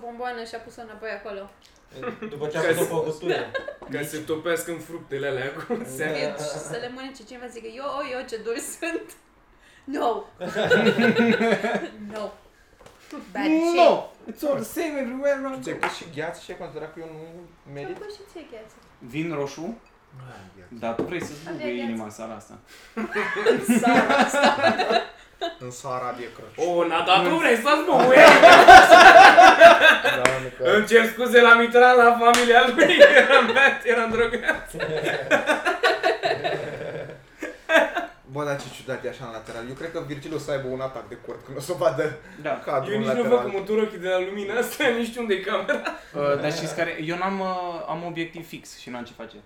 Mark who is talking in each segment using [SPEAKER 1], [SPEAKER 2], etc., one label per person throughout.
[SPEAKER 1] mână și a pus-o înapoi acolo.
[SPEAKER 2] După ce a făcut o
[SPEAKER 1] Da.
[SPEAKER 2] făcutură.
[SPEAKER 3] Ca să topească în fructele alea acum
[SPEAKER 4] Da.
[SPEAKER 3] în seara.
[SPEAKER 1] Fie- Și să le mănânce cineva zică, eu, eu ce duri sunt. No. no. Bad shit. No.
[SPEAKER 5] No! It's all the same everywhere around
[SPEAKER 4] Ți-ai
[SPEAKER 5] the
[SPEAKER 4] pus și gheață și ai considerat că eu nu merit?
[SPEAKER 1] Pus păi și ție gheață.
[SPEAKER 5] Vin roșu, dar tu vrei să-ți
[SPEAKER 1] Avea
[SPEAKER 5] bubuie
[SPEAKER 1] gheață.
[SPEAKER 5] inima în seara asta.
[SPEAKER 1] În seara asta.
[SPEAKER 4] În Sahara de Crăciun.
[SPEAKER 3] O, Nada, tu vrei să-ți mă uie?
[SPEAKER 4] Doamne, că...
[SPEAKER 3] Îmi cer scuze la Mitran, la familia lui. Eram beat, eram drogat.
[SPEAKER 4] Bă, dar ce ciudat e așa în lateral. Eu cred că Virgil o să aibă un atac de cort când o să vadă
[SPEAKER 5] Da.
[SPEAKER 4] cadrul
[SPEAKER 3] Eu
[SPEAKER 4] în
[SPEAKER 3] nici nu văd
[SPEAKER 4] lateral.
[SPEAKER 3] cum o tură de la lumina asta, nici știu unde e camera.
[SPEAKER 5] Uh, dar știți care? Eu n-am uh, am un obiectiv fix și n-am ce face.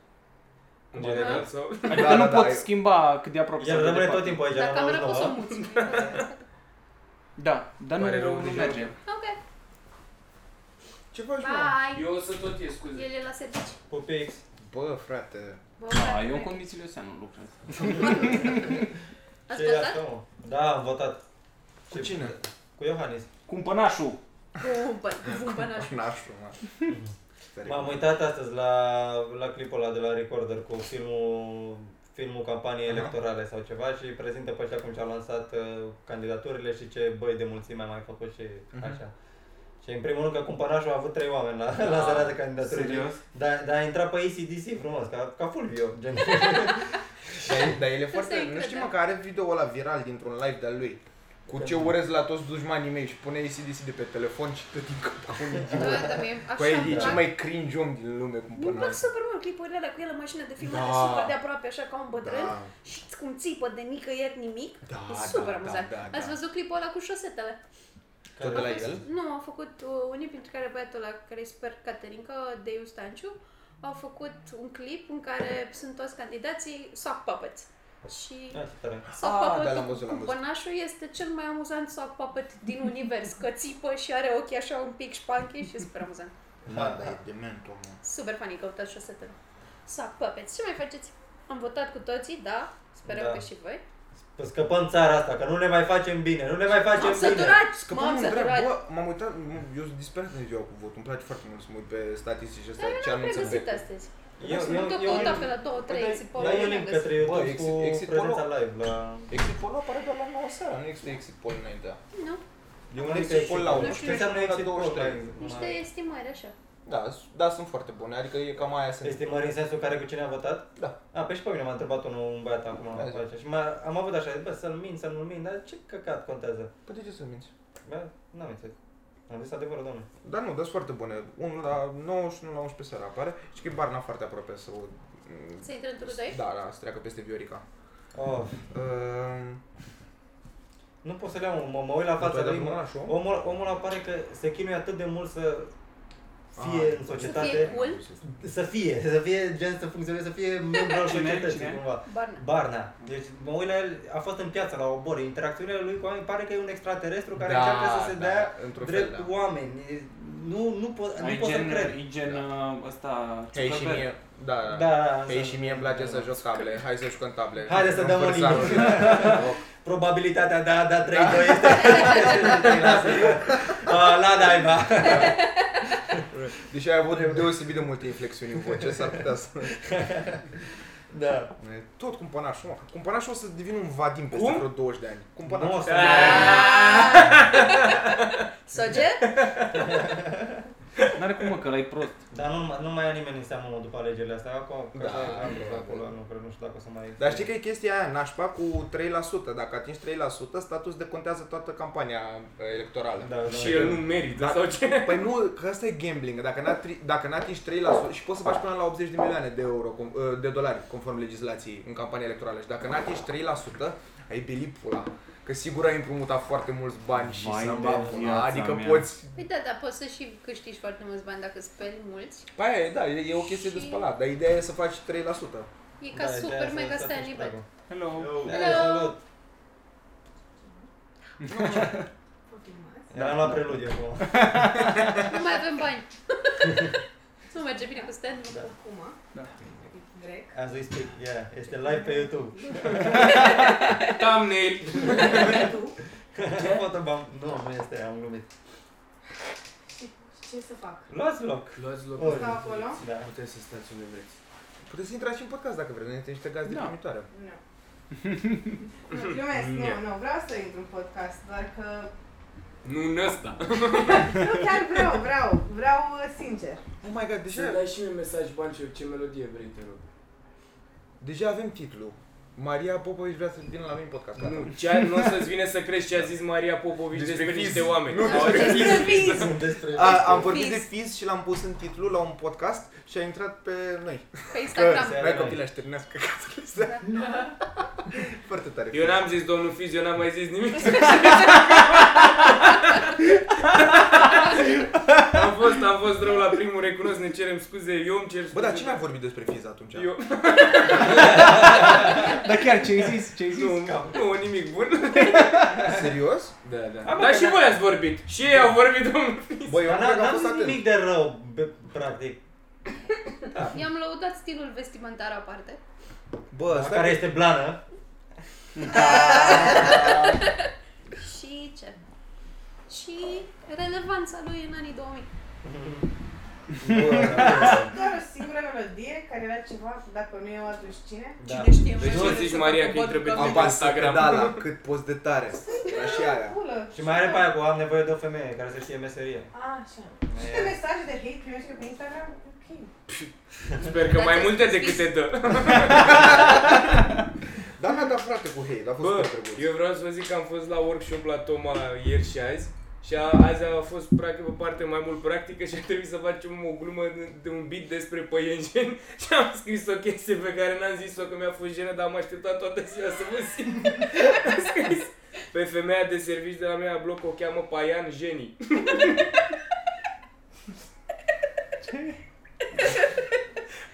[SPEAKER 3] În general, sau...
[SPEAKER 5] Adică
[SPEAKER 4] Da,
[SPEAKER 5] nu
[SPEAKER 4] da, da,
[SPEAKER 5] pot
[SPEAKER 4] e-
[SPEAKER 5] schimba cât de aproape
[SPEAKER 2] El
[SPEAKER 5] sau cât de
[SPEAKER 2] rămâne tot
[SPEAKER 5] departe.
[SPEAKER 2] timpul aici
[SPEAKER 1] Dar
[SPEAKER 2] la
[SPEAKER 1] camera poți să o
[SPEAKER 2] 99.
[SPEAKER 1] muți.
[SPEAKER 5] Da, dar nu,
[SPEAKER 3] Pare rău
[SPEAKER 5] nu,
[SPEAKER 3] de
[SPEAKER 5] merge.
[SPEAKER 1] Ok,
[SPEAKER 4] Ce faci, mă?
[SPEAKER 1] bye.
[SPEAKER 3] Eu o să tot ies, scuze.
[SPEAKER 1] El e la servici.
[SPEAKER 2] Pupix.
[SPEAKER 4] Bă, frate.
[SPEAKER 1] Bă,
[SPEAKER 5] Da, eu
[SPEAKER 1] frate,
[SPEAKER 5] în condițiile astea nu lucrez.
[SPEAKER 1] Ați
[SPEAKER 2] Ce e
[SPEAKER 1] votat?
[SPEAKER 2] asta, mă? Da, am votat.
[SPEAKER 4] Cu
[SPEAKER 2] Ce-
[SPEAKER 4] cine?
[SPEAKER 2] Cu Iohannis.
[SPEAKER 5] Cum pănașul!
[SPEAKER 1] Cumpăr, cumpăr
[SPEAKER 4] Cu nașul, mă. Săric.
[SPEAKER 2] M-am uitat astăzi la, la clipul ăla de la Recorder cu filmul, filmul campaniei
[SPEAKER 4] Aha.
[SPEAKER 2] electorale sau ceva și prezintă pe ăștia cum și-au lansat uh, candidaturile și ce băi de mulțime a mai făcut și
[SPEAKER 4] Mhm.
[SPEAKER 2] așa. Și în primul rând că cumpănașul a avut trei oameni la la lansarea de candidaturi.
[SPEAKER 5] Serios?
[SPEAKER 2] Dar da, a intrat pe ACDC frumos, ca, ca Fulvio, gen.
[SPEAKER 4] Dar, dar el e
[SPEAKER 1] se
[SPEAKER 4] foarte... Nu
[SPEAKER 1] încrede.
[SPEAKER 4] știi, mă, că are video ăla viral dintr-un live de-al lui. Cu ce urez la toți dușmanii mei și pune ACDC de pe telefon și tot din cap ca un idiot.
[SPEAKER 1] Gata, mie Da, așa
[SPEAKER 4] Păi e
[SPEAKER 1] îmi
[SPEAKER 4] cel
[SPEAKER 1] plac.
[SPEAKER 4] mai cringe om din lume cum
[SPEAKER 1] Mi-mi
[SPEAKER 4] până
[SPEAKER 1] plac super mult clipurile alea cu el în mașină de filmare
[SPEAKER 4] Da.
[SPEAKER 1] super de aproape, așa ca un bătrân
[SPEAKER 4] Da.
[SPEAKER 1] și cum țipă de nicăieri nimic.
[SPEAKER 4] Da,
[SPEAKER 1] e
[SPEAKER 4] da,
[SPEAKER 1] super
[SPEAKER 4] da,
[SPEAKER 1] amuzant.
[SPEAKER 4] da, da.
[SPEAKER 1] Ați văzut clipul ăla cu șosetele?
[SPEAKER 4] Tot de la el?
[SPEAKER 1] Nu, au făcut uh, unii dintre care băiatul ăla, care e super Caterinca, Deiu Stanciu, au făcut un clip în care sunt toți candidații sock puppets. Și
[SPEAKER 2] Așa Da, tare.
[SPEAKER 1] sock
[SPEAKER 4] Ah,
[SPEAKER 1] puppet
[SPEAKER 4] da, l-am văzut, l-am văzut.
[SPEAKER 1] Pănașul este cel mai amuzant sock puppet din univers, că țipă și are ochii așa un pic șpanchi și e super amuzant.
[SPEAKER 4] Ma, da, e dement omul.
[SPEAKER 1] Super funny, căutați șosetele. Sock puppets. Ce mai faceți? Am votat cu toții, da, sperăm
[SPEAKER 2] Da.
[SPEAKER 1] că și voi.
[SPEAKER 2] Sp- Scăpăm țara asta, că nu ne mai facem bine, nu ne mai facem
[SPEAKER 1] M-am
[SPEAKER 2] bine.
[SPEAKER 1] săturat!
[SPEAKER 4] Scăpăm
[SPEAKER 1] M-am
[SPEAKER 4] un drept,
[SPEAKER 1] săturat!
[SPEAKER 4] bă, m-am uitat, m- eu sunt disperat în ziua cu votul, îmi place foarte mult să mă uit pe statistici astea,
[SPEAKER 1] Dar eu
[SPEAKER 4] ce
[SPEAKER 1] n-am
[SPEAKER 4] anunță
[SPEAKER 1] pregăsit
[SPEAKER 4] pe...
[SPEAKER 1] astăzi.
[SPEAKER 2] Eu,
[SPEAKER 1] Eu tot căutam pe la două, trei,
[SPEAKER 4] Uite,
[SPEAKER 1] țipă,
[SPEAKER 2] la
[SPEAKER 1] nu
[SPEAKER 2] eu
[SPEAKER 1] le-am
[SPEAKER 2] link către
[SPEAKER 1] găsit.
[SPEAKER 2] YouTube
[SPEAKER 4] Bă, exit-
[SPEAKER 2] cu
[SPEAKER 4] exit
[SPEAKER 2] prezența
[SPEAKER 4] polo?
[SPEAKER 2] live la...
[SPEAKER 4] Exit poll apare doar la 9 seara, nu există exit poll înainte.
[SPEAKER 1] Nu,
[SPEAKER 4] E un
[SPEAKER 2] Am
[SPEAKER 4] exit
[SPEAKER 2] exit
[SPEAKER 4] poll la
[SPEAKER 2] poll.
[SPEAKER 4] 1,
[SPEAKER 1] Nu știu,
[SPEAKER 4] ce înseamnă exit poll la
[SPEAKER 1] niște estimări, așa.
[SPEAKER 4] Da, s- da, sunt foarte bune, adică e cam aia sunt.
[SPEAKER 2] Estimări în sensul care cu cine a votat?
[SPEAKER 4] Da.
[SPEAKER 2] A, pe și pe mine m-a întrebat unul, un băiat acum
[SPEAKER 4] Da,
[SPEAKER 2] da, face. Și m-a, am avut așa, bă, să-l mint, să nu-l mint, dar ce căcat contează?
[SPEAKER 4] Păi de ce să minți?
[SPEAKER 2] Bă, n-am înțeles. Am zis adevărul, domnule.
[SPEAKER 4] Dar nu, dar sunt foarte bune. 1 la 9 și 1 la 11 seara apare. Și că e Barna foarte aproape să o...
[SPEAKER 1] Să intră în turul 2?
[SPEAKER 4] Da, da, să treacă peste Viorica.
[SPEAKER 2] Oh,
[SPEAKER 4] Uh,
[SPEAKER 2] nu pot să le iau, mă, mă uit la fața
[SPEAKER 4] tu ai
[SPEAKER 2] lui.
[SPEAKER 4] dat
[SPEAKER 2] Mă,
[SPEAKER 4] mâna la șom?
[SPEAKER 2] omul, omul apare că se chinuie atât de mult să fie
[SPEAKER 4] Ah,
[SPEAKER 2] în
[SPEAKER 1] Să
[SPEAKER 2] societate.
[SPEAKER 1] fie cool?
[SPEAKER 2] Să fie, să fie gen să funcționeze, să fie membru al
[SPEAKER 5] Cine?
[SPEAKER 2] societății
[SPEAKER 5] Cine?
[SPEAKER 2] cumva.
[SPEAKER 1] Barna.
[SPEAKER 2] Barna. Deci mă uit la el, a fost în piață la obor, interacțiunile lui cu oameni, pare că e un extraterestru care
[SPEAKER 4] Da,
[SPEAKER 2] încearcă să se
[SPEAKER 4] da,
[SPEAKER 2] dea
[SPEAKER 4] într-un fel,
[SPEAKER 2] drept
[SPEAKER 4] da.
[SPEAKER 2] oameni. E- Nu, nu, po- nu
[SPEAKER 5] Ai
[SPEAKER 2] pot să
[SPEAKER 5] gen,
[SPEAKER 2] cred.
[SPEAKER 5] e gen uh, ăsta...
[SPEAKER 4] Hei și
[SPEAKER 5] Zuckerberg.
[SPEAKER 4] mie, da,
[SPEAKER 2] Da, da,
[SPEAKER 4] Hei
[SPEAKER 2] să-
[SPEAKER 4] și mie îmi place să joc table, hai să jucăm table.
[SPEAKER 2] Haide să dăm o
[SPEAKER 4] Vărsarul.
[SPEAKER 2] Probabilitatea de a da 3 2 este Ah, La naiba.
[SPEAKER 4] Deși Deci ai avut deosebit de multe inflexiuni în voce, s-ar putea să...
[SPEAKER 2] Da.
[SPEAKER 4] Tot cumpănașul, mă. Cumpănașul o să devină un Vadim peste
[SPEAKER 3] Cum?
[SPEAKER 4] vreo 20 de ani.
[SPEAKER 2] Nu o
[SPEAKER 4] Cumpănașul.
[SPEAKER 2] să
[SPEAKER 1] Soge?
[SPEAKER 5] N-are cum, mă, că ăla e prost.
[SPEAKER 2] Dar nu, nu mai ia nimeni în seamă mă, după alegerile astea. Acum,
[SPEAKER 4] Da,
[SPEAKER 2] da, am
[SPEAKER 4] probabil.
[SPEAKER 2] acolo, nu, cred, nu știu dacă o să mai...
[SPEAKER 4] Dar știi că e chestia aia nașpa cu 3%. Dacă atingi 3%, status decontează toată campania eh, electorală.
[SPEAKER 2] Da, da,
[SPEAKER 3] Și el nu merită,
[SPEAKER 4] Da.
[SPEAKER 3] sau ce?
[SPEAKER 4] Păi nu, că asta e gambling. Dacă n-a tri- Dacă n-atingi 3% și poți să faci până la 80 de milioane de euro, com- eh, de dolari, conform legislației, în campania electorală. Și dacă n-atingi 3%, ai belit pula. Că sigur ai împrumutat foarte mulți bani și
[SPEAKER 5] Vai
[SPEAKER 4] să
[SPEAKER 5] de
[SPEAKER 4] pula.
[SPEAKER 5] viața
[SPEAKER 4] Adică
[SPEAKER 5] mea.
[SPEAKER 4] poți...
[SPEAKER 1] Păi da, dar poți să și câștigi foarte mulți bani dacă speli mulți.
[SPEAKER 4] Păi aia e, da, e, e o chestie de
[SPEAKER 1] Și-
[SPEAKER 4] spălat. Dar ideea e să faci 3%.
[SPEAKER 1] E
[SPEAKER 2] Da,
[SPEAKER 1] ca
[SPEAKER 2] de aia
[SPEAKER 1] super
[SPEAKER 2] să-
[SPEAKER 1] mega
[SPEAKER 2] să
[SPEAKER 1] stai
[SPEAKER 2] faci
[SPEAKER 1] nivel.
[SPEAKER 2] pragul.
[SPEAKER 5] Hello.
[SPEAKER 2] Hello. Salut. Eram la preludiu acum.
[SPEAKER 1] Nu mai avem bani. nu merge bine cu stand
[SPEAKER 2] Da.
[SPEAKER 6] Acum?
[SPEAKER 5] Da.
[SPEAKER 6] Grec?
[SPEAKER 2] As we speak, yeah, este live pe YouTube.
[SPEAKER 3] Thumbnail!
[SPEAKER 2] Ce pot am... Nu, nu este, am glumit.
[SPEAKER 6] ce să fac.
[SPEAKER 2] Luați loc.
[SPEAKER 3] Luați loc.
[SPEAKER 2] Ori.
[SPEAKER 6] Stau acolo?
[SPEAKER 2] Da.
[SPEAKER 3] Puteți să stați unde vreți.
[SPEAKER 4] Puteți să intrați și în podcast dacă vreți, noi suntem niște gazde
[SPEAKER 5] Da.
[SPEAKER 4] da. primitoare.
[SPEAKER 6] Nu. nu, glumesc,
[SPEAKER 3] Yeah.
[SPEAKER 6] nu, nu, vreau să intru în podcast, doar că
[SPEAKER 7] Nu în ăsta.
[SPEAKER 6] nu chiar vreau, vreau, vreau uh, sincer.
[SPEAKER 4] Oh my god,
[SPEAKER 7] Să
[SPEAKER 4] deja,
[SPEAKER 7] dai și mie mesaj Banciu, ce melodie vrei, te rog.
[SPEAKER 4] deja avem titlul. Maria Popovici vrea să vină la mine în podcast. Gata.
[SPEAKER 7] Nu, ce, nu o să-ți vine să crezi ce a zis Maria Popovici despre,
[SPEAKER 4] Despre
[SPEAKER 7] despre
[SPEAKER 4] Fizz.
[SPEAKER 7] niște oameni.
[SPEAKER 4] Nu,
[SPEAKER 7] Au
[SPEAKER 4] despre
[SPEAKER 7] zis-
[SPEAKER 6] Despre vis!
[SPEAKER 2] Despre
[SPEAKER 4] A, am vorbit
[SPEAKER 1] Fizz.
[SPEAKER 4] de Fizz și l-am pus în titlu la un podcast și a intrat pe noi.
[SPEAKER 1] Pe Instagram. Da.
[SPEAKER 2] Că-
[SPEAKER 4] Mai copil aș termina căcaturile astea. Foarte tare.
[SPEAKER 7] Eu n-am zis domnul Fiz, eu n-am mai zis nimic. am fost, am fost rău la primul, recunosc, ne cerem scuze, eu îmi cer scuze.
[SPEAKER 4] Bă, dar cine a vorbit despre Fizz atunci?
[SPEAKER 7] Eu,
[SPEAKER 5] Dar chiar ce-ai zis? Ce-ai zis?
[SPEAKER 7] nu, nu, nimic bun.
[SPEAKER 4] Ah, Serios?
[SPEAKER 7] Da, da. Dar și voi ați vorbit. Și ei au vorbit, domnul Fiz.
[SPEAKER 4] Bă, eu
[SPEAKER 2] Dar
[SPEAKER 4] n-am
[SPEAKER 2] n-am
[SPEAKER 4] că am fost
[SPEAKER 2] zis
[SPEAKER 4] atent.
[SPEAKER 2] nimic de rău, be- practic.
[SPEAKER 1] I-am lăudat stilul vestimentar aparte.
[SPEAKER 4] Bă,
[SPEAKER 2] Asta Da, care
[SPEAKER 4] stai că-
[SPEAKER 2] este blană.
[SPEAKER 1] Și ce? Și relevanța lui în anii 2000.
[SPEAKER 4] Bă,
[SPEAKER 6] Doar o singură melodie care era ceva, dacă nu eu atunci cine?
[SPEAKER 2] Da.
[SPEAKER 1] Cine știe
[SPEAKER 7] Deci
[SPEAKER 1] mai
[SPEAKER 7] nu zici, Maria, că îi trebuie
[SPEAKER 4] Am
[SPEAKER 7] pe
[SPEAKER 4] pas
[SPEAKER 7] Instagram.
[SPEAKER 4] pedala cât poți de tare. Era și aia.
[SPEAKER 6] Pulă.
[SPEAKER 2] Și mai are pe aia cu am nevoie de o femeie care să știe meserie.
[SPEAKER 6] A, așa. Câte mesaje de hate primești eu pe Instagram? Ok.
[SPEAKER 7] Sper că mai multe decât te dă.
[SPEAKER 4] Dar mi-a dat frate cu hate, a fost
[SPEAKER 7] Bă,
[SPEAKER 4] super drăguț.
[SPEAKER 7] eu vreau să vă zic că am fost la workshop la Toma ieri și azi. Și a, azi a fost practic, o parte mai mult practică și a trebuit să facem o glumă de- de un beat despre păienjeni și am scris o chestie pe care n-am zis-o că mi-a fost jenă, dar am așteptat toată ziua să vă simt. Am scris pe femeia de servici de la mea bloc o cheamă Paian Jenny.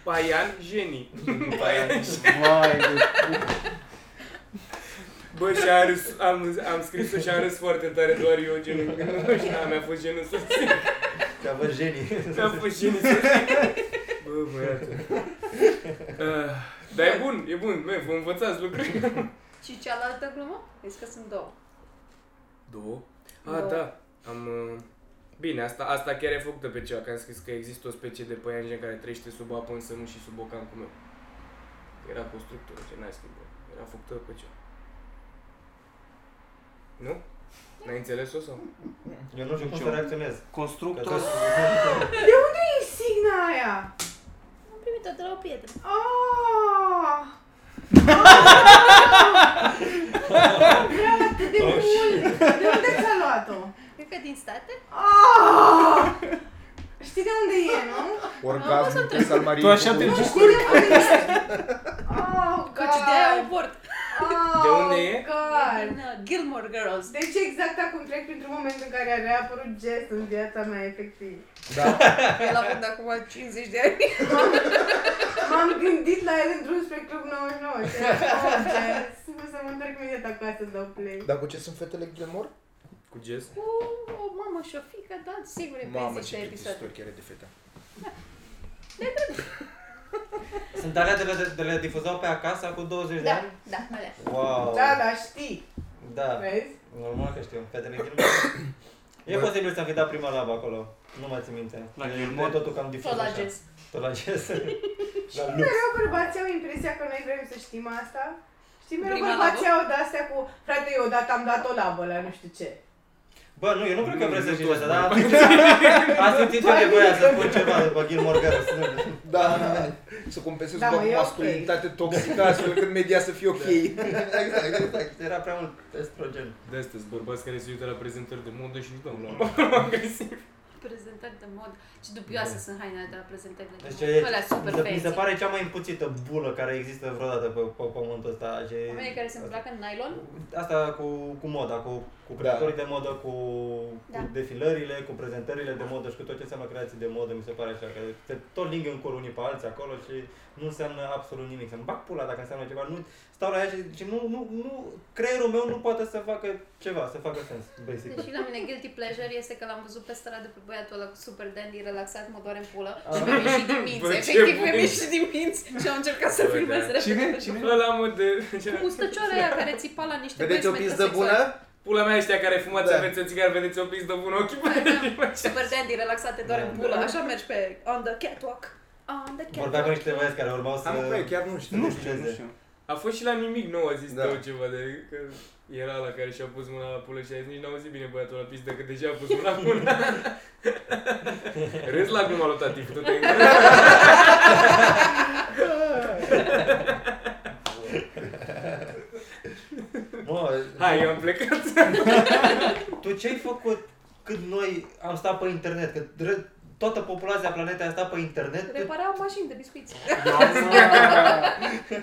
[SPEAKER 7] Paian Jenny. Paian Jenny.
[SPEAKER 5] Vai, de...
[SPEAKER 7] Bă, și am, râs, am, am scris-o și am râs foarte tare, doar eu genul. Și na, mi-a fost genul să zic.
[SPEAKER 2] Că vă genii.
[SPEAKER 7] Mi-a fost genul să zic. Bă, băiatul. Ah, Dar e bun, e bun, mă, vă învățați lucruri.
[SPEAKER 1] Și cealaltă glumă? Zici că sunt două.
[SPEAKER 7] Două?
[SPEAKER 1] Două.
[SPEAKER 7] A, da. Am... uh, Bine, asta, asta chiar e făcută pe cea, că am scris că există o specie de păianjen care trăiește sub apă, însă nu și sub ocancul meu. Era cu o structură, ce n-ai schimbat. Era făcută pe cea. Nu? N-ai înțeles-o sau?
[SPEAKER 2] Eu nu știu cum să reacționez. Că
[SPEAKER 5] Constructor.
[SPEAKER 2] tot-
[SPEAKER 6] Signa aia!
[SPEAKER 1] Am primit-o de la o prietenă.
[SPEAKER 6] Oh! Vreau atât de
[SPEAKER 2] Oh,
[SPEAKER 6] mult! De unde ți-a luat-o?
[SPEAKER 1] Cred că din state.
[SPEAKER 6] Ah! Știi de unde e, nu?
[SPEAKER 1] Nu,
[SPEAKER 4] Orgasmul
[SPEAKER 1] mă,
[SPEAKER 4] pe salmarie.
[SPEAKER 5] Tu așa te
[SPEAKER 6] Știi de unde e? Oh,
[SPEAKER 1] Căci de-aia au
[SPEAKER 6] God!
[SPEAKER 1] bord.
[SPEAKER 6] Oh,
[SPEAKER 7] De unde e?
[SPEAKER 1] E
[SPEAKER 6] God!
[SPEAKER 1] din uh, Gilmore Girls.
[SPEAKER 6] Deci exact acum trec printr-un moment în care a reapărut gest în viața mea, efectiv.
[SPEAKER 4] Da.
[SPEAKER 1] El a avut acum 50 de ani.
[SPEAKER 6] M-am gândit la el în drum spre Club 99 și am zis, oh, gest. O să mă întorc imediat acasă să dau play.
[SPEAKER 4] Dar cu ce sunt fetele Gilmore?
[SPEAKER 7] Cu gest?
[SPEAKER 1] Cu o mamă și o fică, da, sigur e
[SPEAKER 4] Mamă,
[SPEAKER 1] pe
[SPEAKER 4] ce
[SPEAKER 1] zece episoade.
[SPEAKER 4] plictisitori chiar e de fete.
[SPEAKER 2] Sunt alea de le, de le difuzau pe acasă cu 20 de
[SPEAKER 1] Da,
[SPEAKER 2] ani?
[SPEAKER 1] da, alea.
[SPEAKER 2] Wow.
[SPEAKER 6] Da, da, știi,
[SPEAKER 2] Da.
[SPEAKER 6] vezi?
[SPEAKER 2] Normal că știu. Fetele Gilmore. E
[SPEAKER 4] Bă.
[SPEAKER 2] posibil să fi dat prima labă acolo. Nu mai țin minte.
[SPEAKER 5] La
[SPEAKER 2] E-
[SPEAKER 5] Gilmore?
[SPEAKER 2] e totul cam difuz
[SPEAKER 1] Tot la
[SPEAKER 2] așa.
[SPEAKER 1] jazz.
[SPEAKER 2] Tot la jazz. La lux.
[SPEAKER 6] Mereu bărbații au impresia că noi vrem să știm asta. Știi, mereu
[SPEAKER 1] Prima
[SPEAKER 6] bărbații au de-astea cu, frate, eu odată am dat o labă la nu știu ce.
[SPEAKER 2] Bă, nu, eu nu cred că
[SPEAKER 7] Nu,
[SPEAKER 2] vreți să
[SPEAKER 7] nu
[SPEAKER 2] știți
[SPEAKER 7] toți,
[SPEAKER 2] asta, dar
[SPEAKER 7] bă.
[SPEAKER 2] am simțit- am simțit eu nevoia să spun ceva după Gilmore Girls. Nu,
[SPEAKER 4] Da, să compensez
[SPEAKER 6] Da,
[SPEAKER 4] da,
[SPEAKER 6] mă, e ok.
[SPEAKER 4] masculinitate toxică astfel încât media să fie ok.
[SPEAKER 2] Exact, exact. Era prea mult estrogen.
[SPEAKER 7] De astea sunt bărbați care se uită la prezentări de modă și nu dau
[SPEAKER 4] Da.
[SPEAKER 7] la agresiv.
[SPEAKER 1] Prezentări de mod. Ce dubioase sunt hainele de la prezentările
[SPEAKER 2] Deci
[SPEAKER 1] de
[SPEAKER 2] e,
[SPEAKER 1] mod. Alea super
[SPEAKER 2] mi, se, mi se
[SPEAKER 1] fancy.
[SPEAKER 2] pare cea mai împuțită bulă care există vreodată pe, pe pământul ăsta. Și
[SPEAKER 1] Oamenii care se îmbracă în nylon.
[SPEAKER 2] Asta cu, cu moda, cu, cu creatorii de modă, cu,
[SPEAKER 1] Da.
[SPEAKER 2] cu defilările, cu prezentările de modă și cu tot ce înseamnă creații de modă, mi se pare așa, că te tot ling în cor unii pe alții acolo și nu înseamnă absolut nimic. Să-mi bag pula dacă înseamnă ceva, nu stau la ea și, și nu, nu, nu, creierul meu nu poate să facă ceva, să facă sens, basic.
[SPEAKER 1] Deși la mine guilty pleasure este că l-am văzut pe stradă pe băiatul ăla cu super dandy relaxat, mă doare în pulă și mi-a ieșit din minți,
[SPEAKER 7] Bă, ce
[SPEAKER 1] efectiv mi-a
[SPEAKER 7] bun.
[SPEAKER 1] ieșit din minți și am încercat să
[SPEAKER 7] Bă,
[SPEAKER 1] filmez
[SPEAKER 7] da.
[SPEAKER 1] repede.
[SPEAKER 5] Cine? Cine?
[SPEAKER 7] Ăla mă de...
[SPEAKER 1] Cu stăcioara aia care țipa la niște
[SPEAKER 4] Vedeți o
[SPEAKER 1] băieți
[SPEAKER 4] pizdă
[SPEAKER 1] metrosexuali.
[SPEAKER 4] bună?
[SPEAKER 7] Pula mea ăștia care fumați,
[SPEAKER 4] Da.
[SPEAKER 7] aveți o țigară, vedeți o pix de bun ochii pe
[SPEAKER 1] Super dandy, relaxate, doar în pulă. Așa mergi pe on the catwalk. On the
[SPEAKER 2] Vorbeam cu
[SPEAKER 1] catwalk.
[SPEAKER 2] niște băieți care urmau să...
[SPEAKER 4] Am băi, chiar nu știu.
[SPEAKER 5] Nu știu, nu știu.
[SPEAKER 7] A fost și la nimic nou, a zis
[SPEAKER 4] Da.
[SPEAKER 7] da. tău ceva de că era la care și-a pus mâna la pulă și a zis nici n-a auzit bine băiatul la pizdă că deja a pus mâna la pulă. Râs la gluma lui tati, tu te
[SPEAKER 2] Mă,
[SPEAKER 7] Hai, eu am plecat.
[SPEAKER 2] Tu ce-ai făcut cât noi am stat pe internet? Că dre- toată populația planetei a stat pe internet? cât-
[SPEAKER 1] Reparau mașini de biscuiți.
[SPEAKER 5] Eu am, uh,
[SPEAKER 1] Că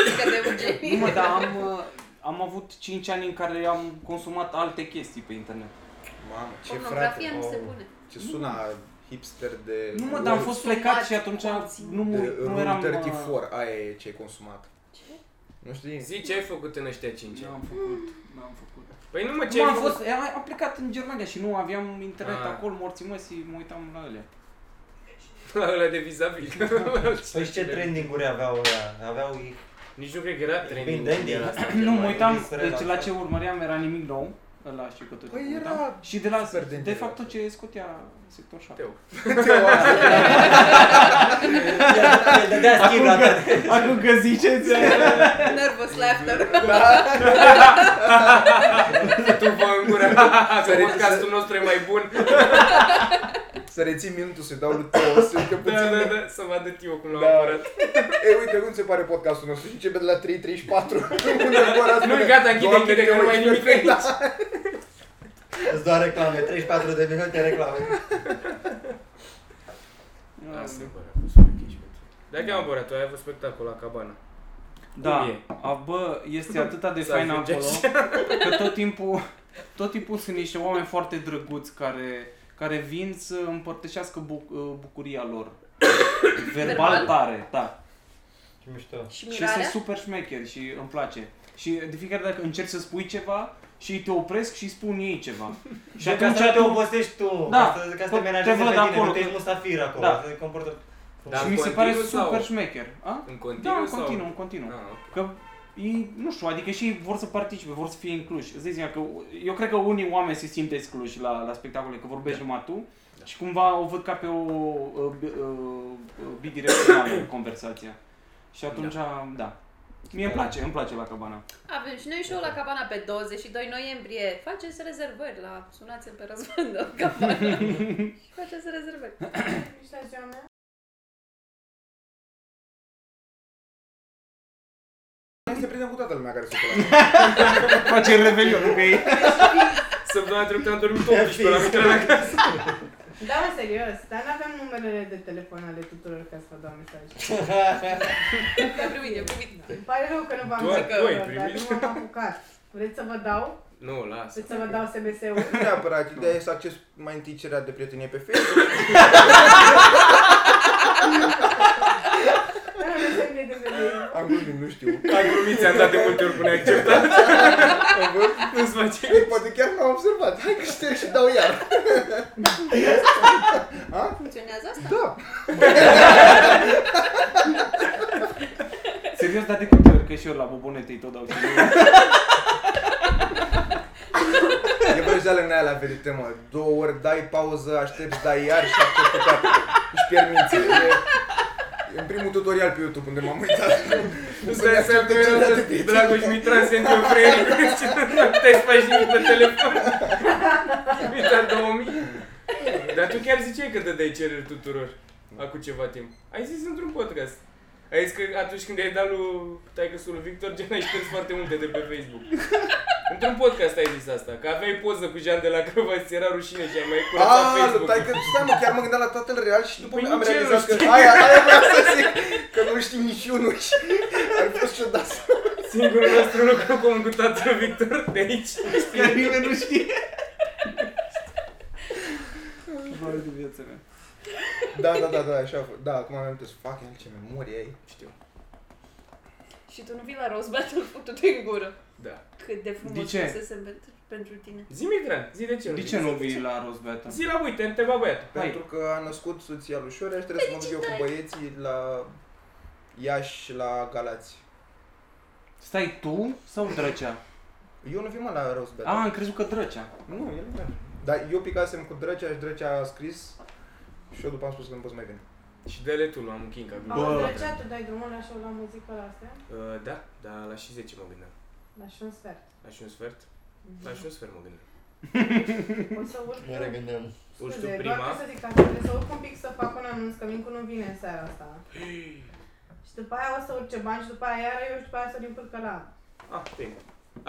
[SPEAKER 1] Adică de
[SPEAKER 5] nu
[SPEAKER 1] Eugenie.
[SPEAKER 5] mă,
[SPEAKER 2] da.
[SPEAKER 5] dar am, uh, am avut 5 ani în care am consumat alte chestii pe internet.
[SPEAKER 4] Mamă, ce frate.
[SPEAKER 1] Pornografia nu se
[SPEAKER 4] au-
[SPEAKER 1] pune.
[SPEAKER 4] Ce sună hipster de...
[SPEAKER 5] Nu mă, dar am fost plecat și atunci nu,
[SPEAKER 4] De
[SPEAKER 5] nu
[SPEAKER 4] Room
[SPEAKER 5] eram... uh,
[SPEAKER 4] 34, aia e ce ai consumat.
[SPEAKER 1] Ce?
[SPEAKER 4] Nu știi?
[SPEAKER 7] Zi, ce ai făcut în ăștia cinci?
[SPEAKER 4] Da.
[SPEAKER 5] N-am făcut, n-am făcut.
[SPEAKER 7] Păi nu mă, Mm. ce
[SPEAKER 5] Ce
[SPEAKER 7] ai
[SPEAKER 5] am
[SPEAKER 7] făcut?
[SPEAKER 5] fost, am, am plecat în Germania și nu aveam internet
[SPEAKER 7] Ah.
[SPEAKER 5] acolo, morții măsii, mă uitam la ele.
[SPEAKER 7] La ăla de vizabil.
[SPEAKER 2] Păi și ce trending-uri aveau ăia? Aveau...
[SPEAKER 7] Nici nu cred că era
[SPEAKER 2] Bine,
[SPEAKER 7] trending.
[SPEAKER 2] dandy.
[SPEAKER 7] era asta.
[SPEAKER 5] Nu, mă uitam,
[SPEAKER 2] Elvis
[SPEAKER 5] deci la
[SPEAKER 2] relaxat.
[SPEAKER 5] ce urmăream era nimic nou, ăla știu că tot
[SPEAKER 4] Păi
[SPEAKER 5] mă
[SPEAKER 4] era
[SPEAKER 5] uitam. și de la,
[SPEAKER 4] super de
[SPEAKER 5] de
[SPEAKER 4] interes.
[SPEAKER 5] fapt tot ce scotea sector 7.
[SPEAKER 7] Teo.
[SPEAKER 2] El dădea schimb la toate.
[SPEAKER 5] Acum că ziceți,
[SPEAKER 1] Nervous laughter.
[SPEAKER 7] Tu vă în gură. Că podcastul nostru e mai bun.
[SPEAKER 4] Să reții minutul, să-i dau lui Teo, să zică puțin...
[SPEAKER 7] Da, da, da, să vadă Tio cum l-am
[SPEAKER 4] Da.
[SPEAKER 7] curat.
[SPEAKER 4] Ei, uite, cum se pare podcastul nostru? Și începe de la 3.34. Unde vor ați
[SPEAKER 7] Nu, gata, închide, închide, că nu mai e nimic
[SPEAKER 4] Da.
[SPEAKER 7] aici.
[SPEAKER 2] Îți doar reclame, 34 de minute reclame.
[SPEAKER 7] Asta e bă, a fost un engagement. Dar cheamă bă, tu ai avut spectacol la cabana.
[SPEAKER 5] Da,
[SPEAKER 7] Cum e?
[SPEAKER 5] a, bă, este atât de
[SPEAKER 7] Să
[SPEAKER 5] fain
[SPEAKER 7] ajungi
[SPEAKER 5] acolo că tot timpul, tot timpul sunt niște oameni foarte drăguți care, care vin să împărtășească bu- bucuria lor. Verbal
[SPEAKER 1] Verbal?
[SPEAKER 5] tare, da.
[SPEAKER 2] Ce mișto.
[SPEAKER 1] Și
[SPEAKER 5] Și este
[SPEAKER 1] mirarea.
[SPEAKER 5] super șmecher și îmi place. Și de fiecare dată încerci să spui ceva și te opresc și spun ei ceva. Și
[SPEAKER 2] Și ca
[SPEAKER 5] atunci
[SPEAKER 2] să nu te
[SPEAKER 5] tu...
[SPEAKER 2] obosești tu,
[SPEAKER 5] Da,
[SPEAKER 2] ca să, ca să
[SPEAKER 5] că
[SPEAKER 2] te
[SPEAKER 5] te
[SPEAKER 2] menajezi
[SPEAKER 5] văd
[SPEAKER 2] pe tine,
[SPEAKER 5] acolo,
[SPEAKER 2] nu te
[SPEAKER 5] că-
[SPEAKER 2] ești mustafir acolo,
[SPEAKER 5] Da.
[SPEAKER 2] să te comportă...
[SPEAKER 7] Da.
[SPEAKER 5] Și
[SPEAKER 7] În
[SPEAKER 5] mi se pare
[SPEAKER 7] continuu sau-
[SPEAKER 5] super șmecher. A?
[SPEAKER 7] În continuu
[SPEAKER 5] Da, în
[SPEAKER 7] sau?
[SPEAKER 5] continuu, în continuu.
[SPEAKER 7] Ah, ok.
[SPEAKER 5] Că ei, nu știu, adică și ei vor să participe, vor să fie incluși. Îți dai seama că eu cred că unii oameni se simt excluși la, la spectacole, că vorbești numai tu și cumva o văd ca pe o uh, b- uh, bidirecțională conversația. Și atunci, da. da. Mie îmi place, îmi place la cabana.
[SPEAKER 1] Avem și noi show la Cabana pe 22 noiembrie. Faceți rezervări la... Sunați-l pe răzbun la Cabana. Și Faceți rezervări.
[SPEAKER 6] Ești așa mea?
[SPEAKER 4] Noi se prindem cu toată lumea care se pune.
[SPEAKER 5] Face revelion, că e
[SPEAKER 7] Săptămâna trecută am dormit 18 la mine la casă.
[SPEAKER 6] Da, mă, serios, dar n-aveam numerele de telefon ale tuturor ca să vă dau mesaje.
[SPEAKER 1] Ia primit, ia primit.
[SPEAKER 6] Îmi pare rău că nu v-am
[SPEAKER 7] Doar
[SPEAKER 6] zis că
[SPEAKER 7] tu ai
[SPEAKER 6] dar
[SPEAKER 7] primit.
[SPEAKER 6] nu m-am apucat. Vreți să vă dau?
[SPEAKER 7] Nu, lasă.
[SPEAKER 6] Vreți să vă dau SMS-ul?
[SPEAKER 4] Nu neapărat, ideea e să acces mai întâi cererea de prietenie pe Facebook.
[SPEAKER 6] Da, nu se de vedere.
[SPEAKER 4] Am glumit, nu știu.
[SPEAKER 7] Ai glumit, ți-am dat de multe ori cu neacceptat.
[SPEAKER 4] Am văzut?
[SPEAKER 7] Nu-ți face
[SPEAKER 4] Ei, poate chiar n-am observat. Hai că șterg și dau iar.
[SPEAKER 1] Funcționează asta?
[SPEAKER 4] Da.
[SPEAKER 5] Serios, dar de câte ori că și eu la bobonete îi tot dau și eu.
[SPEAKER 4] E vrăjeală în aia la verite, mă. Două ori dai pauză, aștepți, dai iar și aștepți pe capăt. Își pierd mințile. E- E în primul tutorial pe YouTube unde m-am uitat.
[SPEAKER 7] Nu se dai seama că era
[SPEAKER 4] de
[SPEAKER 7] Dragoș Mitran se întâmplă fraier și nu puteai să faci nimic pe telefon. Mitran 2000. Dar tu chiar ziceai că dădeai cereri tuturor. Acum ceva timp. Ai zis într-un podcast. Ai zis că atunci când ai dat lui taicăsul lui Victor, gen ai șters foarte multe de pe Facebook. Într-un podcast ai zis asta, că aveai poză cu Jean de la Crăva, ți era rușine și ai mai curățat
[SPEAKER 4] Ah,
[SPEAKER 7] Facebook.
[SPEAKER 4] stai că stai mă, chiar mă gândeam la tatăl real și după
[SPEAKER 7] Păi
[SPEAKER 4] am
[SPEAKER 7] nici el nu
[SPEAKER 4] realizat că
[SPEAKER 7] știe.
[SPEAKER 4] aia, aia vreau să zic că nu știm niciunul și ar fi fost ciudat să
[SPEAKER 7] Singurul nostru lucru comun cu tatăl Victor de aici.
[SPEAKER 5] Chiar nimeni nu știe. Bă, de viața mea.
[SPEAKER 4] Da, da, da, da, așa a fost. Da, acum am aminte să fac el ce memorie ai. Știu.
[SPEAKER 1] Și tu nu vii la Rose Battle făcut în gură.
[SPEAKER 7] Da.
[SPEAKER 1] Cât de
[SPEAKER 5] De
[SPEAKER 1] frumos
[SPEAKER 5] ce?
[SPEAKER 1] fusese pentru, pentru tine.
[SPEAKER 7] Zi, Mitran, zi de ce nu
[SPEAKER 5] De
[SPEAKER 7] vii?
[SPEAKER 5] ce nu vii la Rose Battle?
[SPEAKER 7] Zi la uite, întreba băiatul.
[SPEAKER 4] Pentru că a născut soția lui Șorea și trebuie să mă duc eu cu băieții la Iași și la Galați.
[SPEAKER 5] Da, Stai tu sau Drăcea?
[SPEAKER 4] Eu nu vin mă la rău să
[SPEAKER 5] A, am crezut că drăcea.
[SPEAKER 4] Nu, el nu Dar eu picasem cu Drăcea și Drăcea a scris și eu după am spus că nu pot să mai vin.
[SPEAKER 7] Și de tu luam un King
[SPEAKER 6] Am
[SPEAKER 7] acum.
[SPEAKER 5] Bă.
[SPEAKER 6] îndrăcea, tu dai drumul la show la muzică la astea?
[SPEAKER 7] Uh, da, dar la și 10 mă gândeam.
[SPEAKER 6] La și un sfert.
[SPEAKER 7] La și un sfert? La și un sfert mă gândeam.
[SPEAKER 6] O să urc
[SPEAKER 2] Ne
[SPEAKER 6] eu.
[SPEAKER 2] regândeam.
[SPEAKER 7] Urci tu
[SPEAKER 6] Scuze, Doar
[SPEAKER 7] prima?
[SPEAKER 6] că să zic asta, trebuie să urc un pic să fac un anunț, că Mincu nu vine în seara asta. și după aia o să urc ce bani și după aia iară eu și după aia să din pârcă la...
[SPEAKER 7] Ah, bine.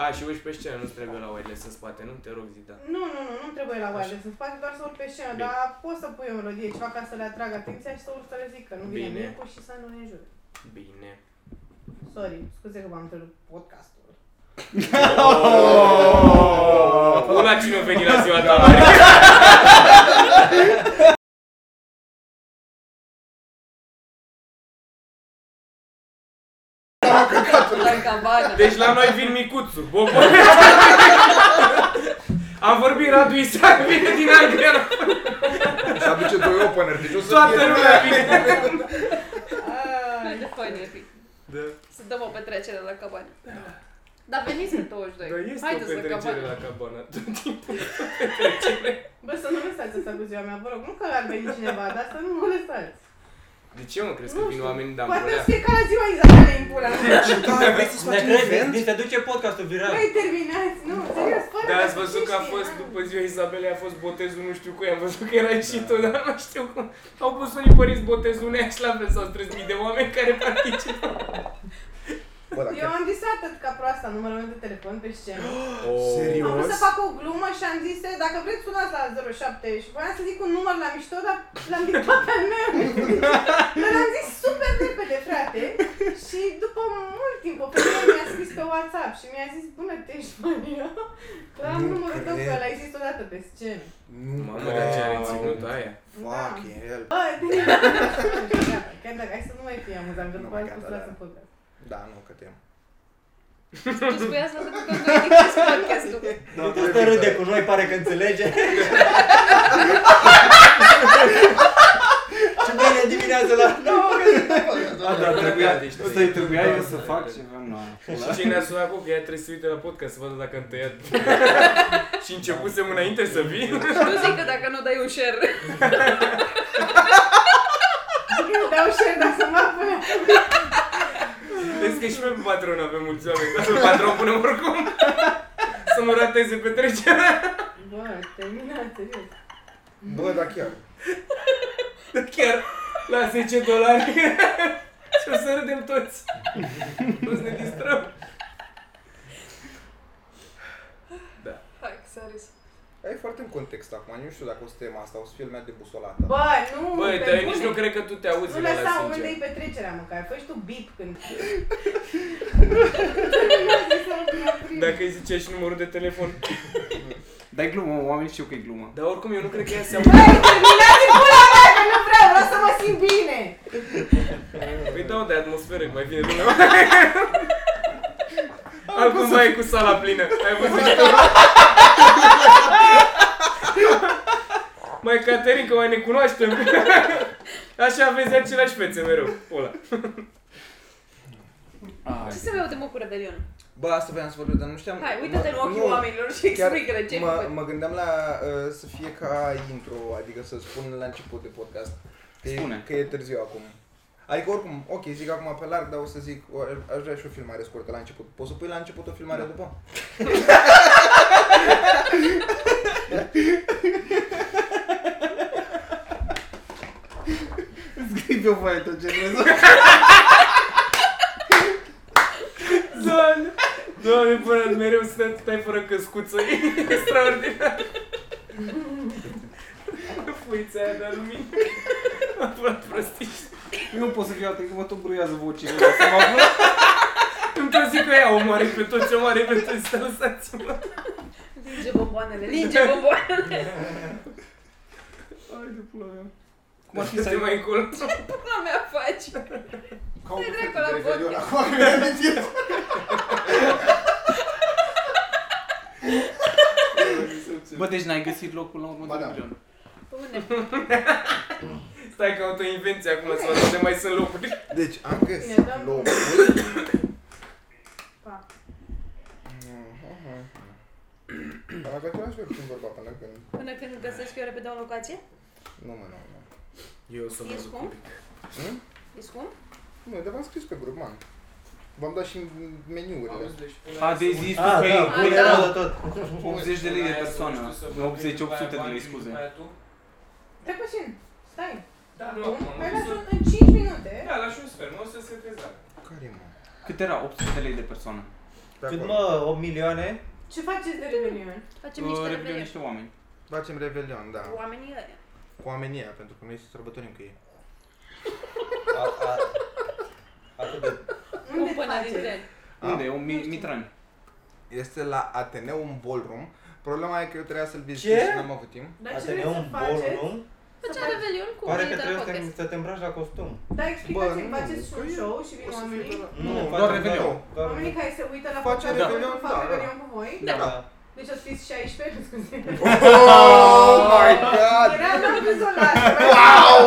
[SPEAKER 7] A, și urci pe scenă, nu trebuie la wireless în spate, nu? Te rog, zi, da.
[SPEAKER 6] Nu, nu, nu, nu trebuie la wireless, îmi fac doar să urc pe scenă,
[SPEAKER 7] Bine.
[SPEAKER 6] dar poți să pui o melodie, ceva ca să le atragă atenția și să urc să le zic că nu vine
[SPEAKER 7] Bine.
[SPEAKER 6] Mincu și să nu ne jure.
[SPEAKER 7] Bine.
[SPEAKER 6] Sorry, scuze că v-am întrerupt podcastul.
[SPEAKER 5] Oh!
[SPEAKER 7] Pula cine a venit la ziua ta, Mari?
[SPEAKER 8] La cabană.
[SPEAKER 7] Deci la noi vin micuțul, Bobo. Am vorbit Radu Isaac, vine din Anglia.
[SPEAKER 4] Și aduce doi opener, deci o să
[SPEAKER 7] Toată
[SPEAKER 4] fie
[SPEAKER 7] lumea vine.
[SPEAKER 8] Cât de fain e fi.
[SPEAKER 7] Da.
[SPEAKER 8] Să dăm o petrecere la cabană. Da. Dar veniți pe 22.
[SPEAKER 7] Dar Da, este o
[SPEAKER 8] Haideți la
[SPEAKER 7] petrecere
[SPEAKER 8] cabană.
[SPEAKER 7] la cabana.
[SPEAKER 6] Bă, să nu lăsați asta cu ziua mea, vă rog, nu că ar veni cineva, dar să nu mă lăsați.
[SPEAKER 7] De ce mă crezi că
[SPEAKER 6] Nu
[SPEAKER 7] vin
[SPEAKER 6] știu.
[SPEAKER 7] oameni de
[SPEAKER 6] Poate o
[SPEAKER 7] ampulea?
[SPEAKER 6] să fie ca la ziua Izabelei în pula. mea.
[SPEAKER 7] Deci,
[SPEAKER 4] Da, vrei să-ți
[SPEAKER 2] Ne
[SPEAKER 4] facem un
[SPEAKER 2] crezi?
[SPEAKER 4] event? Păi-
[SPEAKER 2] Deci te duce podcastul viral.
[SPEAKER 6] Băi, Păi, terminați, nu, serios, fără
[SPEAKER 7] Da, ați văzut că a
[SPEAKER 6] știi,
[SPEAKER 7] fost,
[SPEAKER 6] hai.
[SPEAKER 7] după ziua Izabelei a fost botezul nu știu cui, am văzut că era și tu, dar nu știu cum. Au pus unii părinți botezul unei și la fel s-au strâns mii de oameni care participă.
[SPEAKER 4] Bă, da,
[SPEAKER 6] Eu
[SPEAKER 4] chiar.
[SPEAKER 6] am zis atât ca proasta numărul meu de telefon pe scenă.
[SPEAKER 4] Serios?
[SPEAKER 6] Am vrut să fac o glumă și am zis, "E, dacă vreți sunați la 07 și voiam să zic un număr la mișto, dar l-am zis tot al meu. dar l-am zis super repede, frate. Și după mult timp, o femeie mi-a scris pe WhatsApp și mi-a zis, bună, te ești mania. Că am
[SPEAKER 4] Nu
[SPEAKER 6] numărul tău,
[SPEAKER 4] cred.
[SPEAKER 6] că l-ai zis odată pe scenă. Da.
[SPEAKER 4] Nu,
[SPEAKER 7] Mamă, dar ce a reținut aia?
[SPEAKER 4] Fuck el.
[SPEAKER 6] Bă, gata, chiar dacă hai să nu mai fie amuzant, că
[SPEAKER 4] Nu,
[SPEAKER 6] după aia
[SPEAKER 4] gata,
[SPEAKER 6] spus
[SPEAKER 4] da.
[SPEAKER 6] lasă în podcast.
[SPEAKER 4] Da, nu, că te-am.
[SPEAKER 8] Tu spui asta pentru că noi dictezi podcastul.
[SPEAKER 2] Da, stă râde cu noi, pare că înțelege. Ce bine dimineața la Da, 9
[SPEAKER 5] A, dar trebuia,
[SPEAKER 7] deci
[SPEAKER 5] deci să-i trebuia eu să fac ceva, nu.
[SPEAKER 7] Și cine a sunat acum că ea trebuie să uite la podcast să vadă dacă am tăiat. și începusem înainte să vin.
[SPEAKER 1] Da.
[SPEAKER 8] Nu zic că dacă nu dai un share.
[SPEAKER 6] Eu dau share, dar să mă apune.
[SPEAKER 7] Vezi că și pe patron avem mulți oameni, că pe patron punem oricum. să mă rateze petrecerea.
[SPEAKER 6] Bă, terminat, serios.
[SPEAKER 4] Bă, da, chiar.
[SPEAKER 7] Chiar la 10 dolari. și o să râdem toți. o să ne distrăm.
[SPEAKER 8] Hai, că s-a râs.
[SPEAKER 4] Ai foarte în context acum, nu știu dacă o să tema asta, o să fie lumea de busolată.
[SPEAKER 6] Bă, nu,
[SPEAKER 7] Băi,
[SPEAKER 6] pe
[SPEAKER 7] dar eu
[SPEAKER 6] bune.
[SPEAKER 7] nici nu cred că tu te auzi
[SPEAKER 6] Nu
[SPEAKER 7] la
[SPEAKER 6] lăsa
[SPEAKER 7] la
[SPEAKER 6] unde
[SPEAKER 7] sincer.
[SPEAKER 6] e petrecerea, măcar. Fă și tu bip când...
[SPEAKER 7] Dacă îi zicea și numărul de telefon.
[SPEAKER 5] Dai glumă, oamenii știu că e glumă.
[SPEAKER 7] Dar oricum eu nu cred că ea se aude.
[SPEAKER 6] Băi, terminați pula mea, că nu vreau, vreau să mă simt bine!
[SPEAKER 7] Păi da, de atmosferă, mai vine lumea. Altcumva e cu sala plină. Ai văzut că... Mai Caterin, că mai ne cunoaștem. Așa aveți aceleași fețe mereu, ăla.
[SPEAKER 2] Ah.
[SPEAKER 8] Ce se mai de bucură de Lion?
[SPEAKER 4] Bă, asta voiam să vorbesc, dar nu știam...
[SPEAKER 8] Hai, uite-te în
[SPEAKER 4] mă-
[SPEAKER 8] ochii
[SPEAKER 4] nu,
[SPEAKER 8] oamenilor și
[SPEAKER 4] chiar
[SPEAKER 8] explică-le ce ai
[SPEAKER 4] mă,
[SPEAKER 8] făcut.
[SPEAKER 4] mă gândeam la uh, să fie ca intro, adică să spun la început de podcast. Că
[SPEAKER 5] Spune.
[SPEAKER 4] E, că e târziu acum. Adică oricum, ok, zic acum pe larg, dar o să zic, o, aș vrea și o filmare scurtă la început. Poți să pui la început o filmare după?
[SPEAKER 5] Scrii pe o foaie tot ce crezi.
[SPEAKER 7] Doamne, doamne, până mereu stă- stai fără căscuță. E extraordinar. Fuița aia de aluminiu. Am furat prostii.
[SPEAKER 5] Eu nu pot să fiu atent, că mă tot bruiază vocile. Să mă văd.
[SPEAKER 7] Îmi trebuie că ea omoare pe tot ce omoare pe toți, să lăsați-mă.
[SPEAKER 8] Linge bomboanele, linge bomboanele.
[SPEAKER 5] Hai de pula mea.
[SPEAKER 7] Cum ar fi să mai încolo?
[SPEAKER 8] Pula mea faci.
[SPEAKER 4] Ca o
[SPEAKER 8] Te dracu la vodka.
[SPEAKER 5] Bă, deci n-ai găsit locul la urmă
[SPEAKER 4] Ba
[SPEAKER 5] de
[SPEAKER 4] da.
[SPEAKER 5] milion.
[SPEAKER 8] Pe Unde?
[SPEAKER 7] Stai că am o invenție acum să vadă unde mai sunt locuri.
[SPEAKER 4] Deci am găsit
[SPEAKER 6] Bine, dăm-
[SPEAKER 4] locul.
[SPEAKER 6] Pa.
[SPEAKER 4] Mhm.
[SPEAKER 9] Am avea curaj pe puțin vorba până când...
[SPEAKER 1] Până când găsești eu repede o locație?
[SPEAKER 9] Nu, mă, nu, nu.
[SPEAKER 4] Eu sunt
[SPEAKER 1] E scump?
[SPEAKER 9] Hmm?
[SPEAKER 1] E scump?
[SPEAKER 9] Nu, dar v-am scris pe grup, man. V-am dat și meniurile.
[SPEAKER 5] A, de zis tu
[SPEAKER 2] Ah,
[SPEAKER 5] că
[SPEAKER 2] da,
[SPEAKER 5] e
[SPEAKER 2] bun,
[SPEAKER 1] da.
[SPEAKER 2] era de tot.
[SPEAKER 5] 80 de lei de persoană. 80-800 de lei, scuze.
[SPEAKER 6] Stai puțin, stai.
[SPEAKER 7] Da, nu,
[SPEAKER 6] Acum,
[SPEAKER 7] acum,
[SPEAKER 6] mai
[SPEAKER 7] nu
[SPEAKER 6] lași
[SPEAKER 7] sunt-
[SPEAKER 6] un- în 5 minute.
[SPEAKER 7] Da, lași un sfert, nu o să se crezare.
[SPEAKER 9] Care, mă?
[SPEAKER 5] Cât era? 800 de lei de persoană.
[SPEAKER 4] Pe
[SPEAKER 2] Cât
[SPEAKER 4] acolo.
[SPEAKER 2] mă, 8 milioane?
[SPEAKER 6] Ce faceți de revelion?
[SPEAKER 1] Facem
[SPEAKER 5] Uh,
[SPEAKER 1] niște
[SPEAKER 5] Revedeam
[SPEAKER 1] repede.
[SPEAKER 5] niște oameni.
[SPEAKER 4] Facem revelion, da.
[SPEAKER 1] cu Oamenii ăia.
[SPEAKER 4] Cu oamenii ăia, pentru că noi sărbătorim cu ei.
[SPEAKER 2] A, a, atât de...
[SPEAKER 6] Unde
[SPEAKER 1] până dintre ele.
[SPEAKER 6] faceți?
[SPEAKER 4] Ah.
[SPEAKER 5] Unde? Un mi- Mitran.
[SPEAKER 4] Este la Ateneu în ballroom. Problema e că eu trebuia să-l vizitez
[SPEAKER 2] Ce?
[SPEAKER 4] și n-am avut timp.
[SPEAKER 6] Dar ce
[SPEAKER 2] Ateneu
[SPEAKER 6] vreți să
[SPEAKER 2] un
[SPEAKER 6] faceți?
[SPEAKER 2] ballroom?
[SPEAKER 1] Facem revelion cu
[SPEAKER 2] Pare
[SPEAKER 1] oamenii
[SPEAKER 2] că
[SPEAKER 1] de la
[SPEAKER 2] trebuie să te,
[SPEAKER 1] podcast.
[SPEAKER 2] să te îmbraci la costum.
[SPEAKER 6] Da, explicați-mi,
[SPEAKER 4] Bă, nu,
[SPEAKER 6] faceți și
[SPEAKER 4] că
[SPEAKER 6] un
[SPEAKER 4] eu-
[SPEAKER 6] show și vin
[SPEAKER 4] O să fie
[SPEAKER 6] oamenii?
[SPEAKER 4] de la-
[SPEAKER 5] Nu,
[SPEAKER 2] faci
[SPEAKER 5] doar
[SPEAKER 2] un
[SPEAKER 5] Revelion.
[SPEAKER 2] cadou, doar-
[SPEAKER 6] Oamenii care se uită la
[SPEAKER 4] Face
[SPEAKER 6] podcast
[SPEAKER 4] revelion,
[SPEAKER 6] fac
[SPEAKER 4] da, da.
[SPEAKER 6] revelion cu voi?
[SPEAKER 5] Da.
[SPEAKER 2] Da.
[SPEAKER 6] Deci ați fi 16, scuze.
[SPEAKER 4] Oh my god!
[SPEAKER 6] Era meu dezolat. Wow!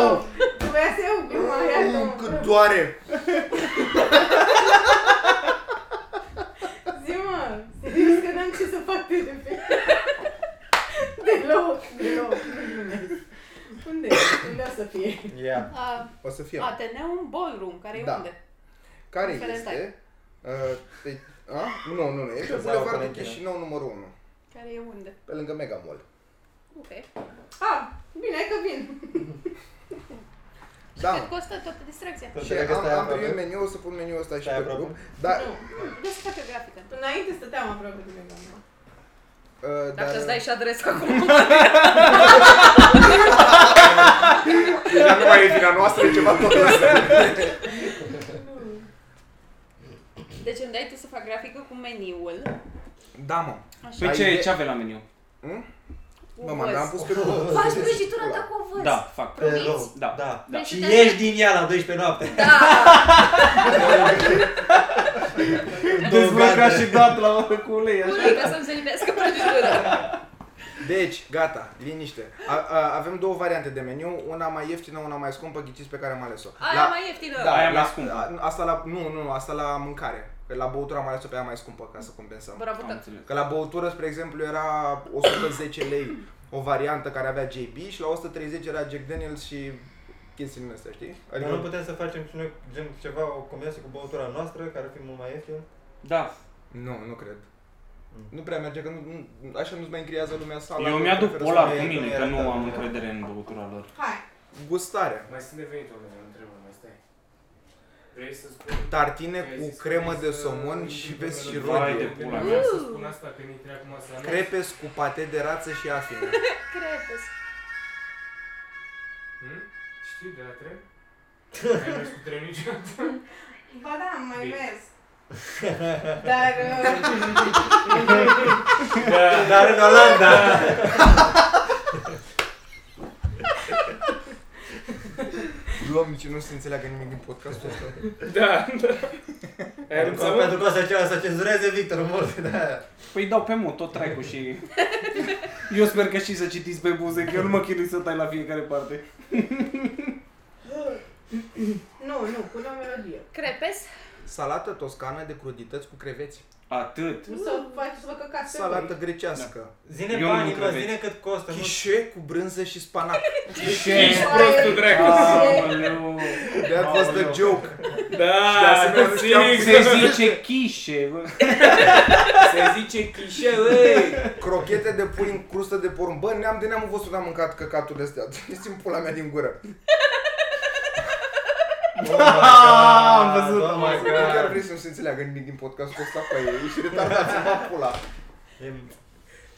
[SPEAKER 6] Trebuia să iau gluma aia.
[SPEAKER 4] Mm,
[SPEAKER 6] nu.
[SPEAKER 4] Cât doare!
[SPEAKER 6] Zi mă, serios că n-am ce să fac de repede. Deloc, deloc, nu glumesc. Unde? Unde o să fie?
[SPEAKER 2] Ia.
[SPEAKER 1] A,
[SPEAKER 9] O să fie.
[SPEAKER 1] Ateneu în ballroom, care e
[SPEAKER 9] Da.
[SPEAKER 1] unde?
[SPEAKER 9] Care
[SPEAKER 1] Ah, În
[SPEAKER 9] este? Uh, te- a? Nu, nu, nu. E pe
[SPEAKER 2] Cazarul
[SPEAKER 9] Bulevardul
[SPEAKER 2] Colentina.
[SPEAKER 9] Chișinău numărul 1.
[SPEAKER 1] Care e unde?
[SPEAKER 9] Pe lângă Mega Mall.
[SPEAKER 1] Ok.
[SPEAKER 6] Ah, bine, hai că vin.
[SPEAKER 1] Da. Cât
[SPEAKER 9] Da.
[SPEAKER 1] costă toată distracția?
[SPEAKER 2] Să
[SPEAKER 9] Și
[SPEAKER 2] înțeleg că
[SPEAKER 9] am,
[SPEAKER 2] stai
[SPEAKER 9] am primit
[SPEAKER 2] aproape.
[SPEAKER 9] meniu, o să pun meniul ăsta și
[SPEAKER 2] Stai
[SPEAKER 9] pe
[SPEAKER 2] aproape.
[SPEAKER 9] grup.
[SPEAKER 4] Da.
[SPEAKER 9] Dar,
[SPEAKER 1] Vreau să fac o grafică.
[SPEAKER 6] Înainte stăteam aproape de mega.
[SPEAKER 9] uh,
[SPEAKER 8] Dacă
[SPEAKER 9] dar
[SPEAKER 8] îți dai și adresa acum.
[SPEAKER 4] Deja nu mai e vina noastră, e ceva tot
[SPEAKER 1] Deci îmi dai tu să fac grafică cu meniul.
[SPEAKER 4] Da, mă.
[SPEAKER 5] Păi
[SPEAKER 4] Ai
[SPEAKER 5] ce,
[SPEAKER 4] idee?
[SPEAKER 5] ce avea la meniu?
[SPEAKER 1] cu
[SPEAKER 4] Mă, mă, dar am
[SPEAKER 1] văz.
[SPEAKER 4] pus pe grup.
[SPEAKER 1] Faci prăjitura ta cu văz.
[SPEAKER 5] Da, fac.
[SPEAKER 2] Pe rău.
[SPEAKER 5] Da.
[SPEAKER 2] Da.
[SPEAKER 5] Da.
[SPEAKER 2] Și ieși din ea la 12 noapte.
[SPEAKER 1] Da.
[SPEAKER 5] Dezbrăcat Deci, și dat la cu ulei,
[SPEAKER 8] Nu
[SPEAKER 5] așa.
[SPEAKER 8] ca să-mi se lipească prăjitura.
[SPEAKER 4] Deci, gata, liniște. A, a, avem două variante de meniu, una mai ieftină, una mai scumpă, ghiciți pe care am ales-o.
[SPEAKER 8] Aia mai ieftină.
[SPEAKER 4] da,
[SPEAKER 5] Aia
[SPEAKER 4] la,
[SPEAKER 5] mai scumpă.
[SPEAKER 4] a- asta la, nu, nu, nu, asta la mâncare. Că la băutură am ales-o pe aia mai scumpă, ca să compensăm.
[SPEAKER 8] Bravo,
[SPEAKER 5] Am
[SPEAKER 8] tată.
[SPEAKER 5] înțeles.
[SPEAKER 4] Că la băutură, spre exemplu, era 110 lei o variantă care avea JB și la 130 era Jack Daniels și chestii din astea, știi?
[SPEAKER 2] Adică nu
[SPEAKER 5] Da.
[SPEAKER 4] Adică,
[SPEAKER 2] putem să facem și noi gen ceva, o combinație cu băutura noastră, care ar fi mult mai ieftin?
[SPEAKER 5] Da,
[SPEAKER 4] nu, nu cred.
[SPEAKER 2] Mm.
[SPEAKER 4] Nu prea merge, că nu, nu, așa nu-ți mai încriează lumea sala.
[SPEAKER 5] eu
[SPEAKER 4] că
[SPEAKER 5] mi-aduc
[SPEAKER 4] preferă să
[SPEAKER 5] polar
[SPEAKER 4] mai
[SPEAKER 5] cu
[SPEAKER 4] ai
[SPEAKER 5] mine,
[SPEAKER 4] lumea
[SPEAKER 5] că nu
[SPEAKER 4] ta.
[SPEAKER 5] am încredere în băutura lor.
[SPEAKER 6] Hai,
[SPEAKER 4] Gustarea.
[SPEAKER 7] Mai sunt de venit oameni, nu trebuie, mai stai. Vrei să spun?
[SPEAKER 4] Tartine
[SPEAKER 7] Vrei să
[SPEAKER 4] cu
[SPEAKER 7] spun
[SPEAKER 4] cremă
[SPEAKER 7] să-
[SPEAKER 4] de somon și vezi și
[SPEAKER 5] Vai de
[SPEAKER 4] rodie.
[SPEAKER 7] Că
[SPEAKER 5] pula
[SPEAKER 7] nu
[SPEAKER 5] mea.
[SPEAKER 7] vreau să spun asta, că mi-i treacă masa mea.
[SPEAKER 4] Crepes cu pate de rață și afine.
[SPEAKER 1] Crepes.
[SPEAKER 7] Hmm? Știi de la tren? Ai mers cu trenul niciodată?
[SPEAKER 6] ba da, am mai
[SPEAKER 7] Bine.
[SPEAKER 6] mers. Dar uh,
[SPEAKER 5] Da.
[SPEAKER 2] Dar în Olanda!
[SPEAKER 4] Doamne, ce nu se înțeleagă nimic din podcastul ăsta.
[SPEAKER 7] Da, da. Ai
[SPEAKER 2] Pentru că-
[SPEAKER 7] anunțat?
[SPEAKER 2] pentru că o să ceară să cenzureze Victor da. mult de aia.
[SPEAKER 5] Păi dau pe mult, tot trecu și... Eu sper că și să citiți pe buze, că eu nu mă chinui să tai la fiecare parte.
[SPEAKER 6] uh, nu, nu, pune o melodie.
[SPEAKER 1] Crepes.
[SPEAKER 4] Salată toscană de crudități cu creveți.
[SPEAKER 5] Atât.
[SPEAKER 6] Nu să faci să vă căcați pe voi.
[SPEAKER 4] Salată grecească.
[SPEAKER 2] Zine
[SPEAKER 5] Eu
[SPEAKER 2] banii,
[SPEAKER 5] nu
[SPEAKER 2] mă,
[SPEAKER 5] cred.
[SPEAKER 2] zine cât
[SPEAKER 7] Da.
[SPEAKER 2] costă. nu-
[SPEAKER 4] Chișe cu brânză și spanac.
[SPEAKER 7] Ești prostul dracu.
[SPEAKER 5] Aoleu.
[SPEAKER 4] That was the joke.
[SPEAKER 7] Da,
[SPEAKER 4] asemenea, nu știam
[SPEAKER 7] înțeleg.
[SPEAKER 5] Se zice chișe, bă.
[SPEAKER 7] Se zice chișe, băi.
[SPEAKER 4] Crochete de pui în crustă de porumb. Bă, neam de neamul vostru n-am mâncat căcaturile astea. Este în pula mea din gură.
[SPEAKER 2] Oh my God,
[SPEAKER 5] Am văzut.
[SPEAKER 2] oh my
[SPEAKER 4] Nu chiar vrei
[SPEAKER 2] God.
[SPEAKER 4] să nu se înțeleagă nimic din podcastul ăsta cu ei. Ești retardat să pula.
[SPEAKER 2] E-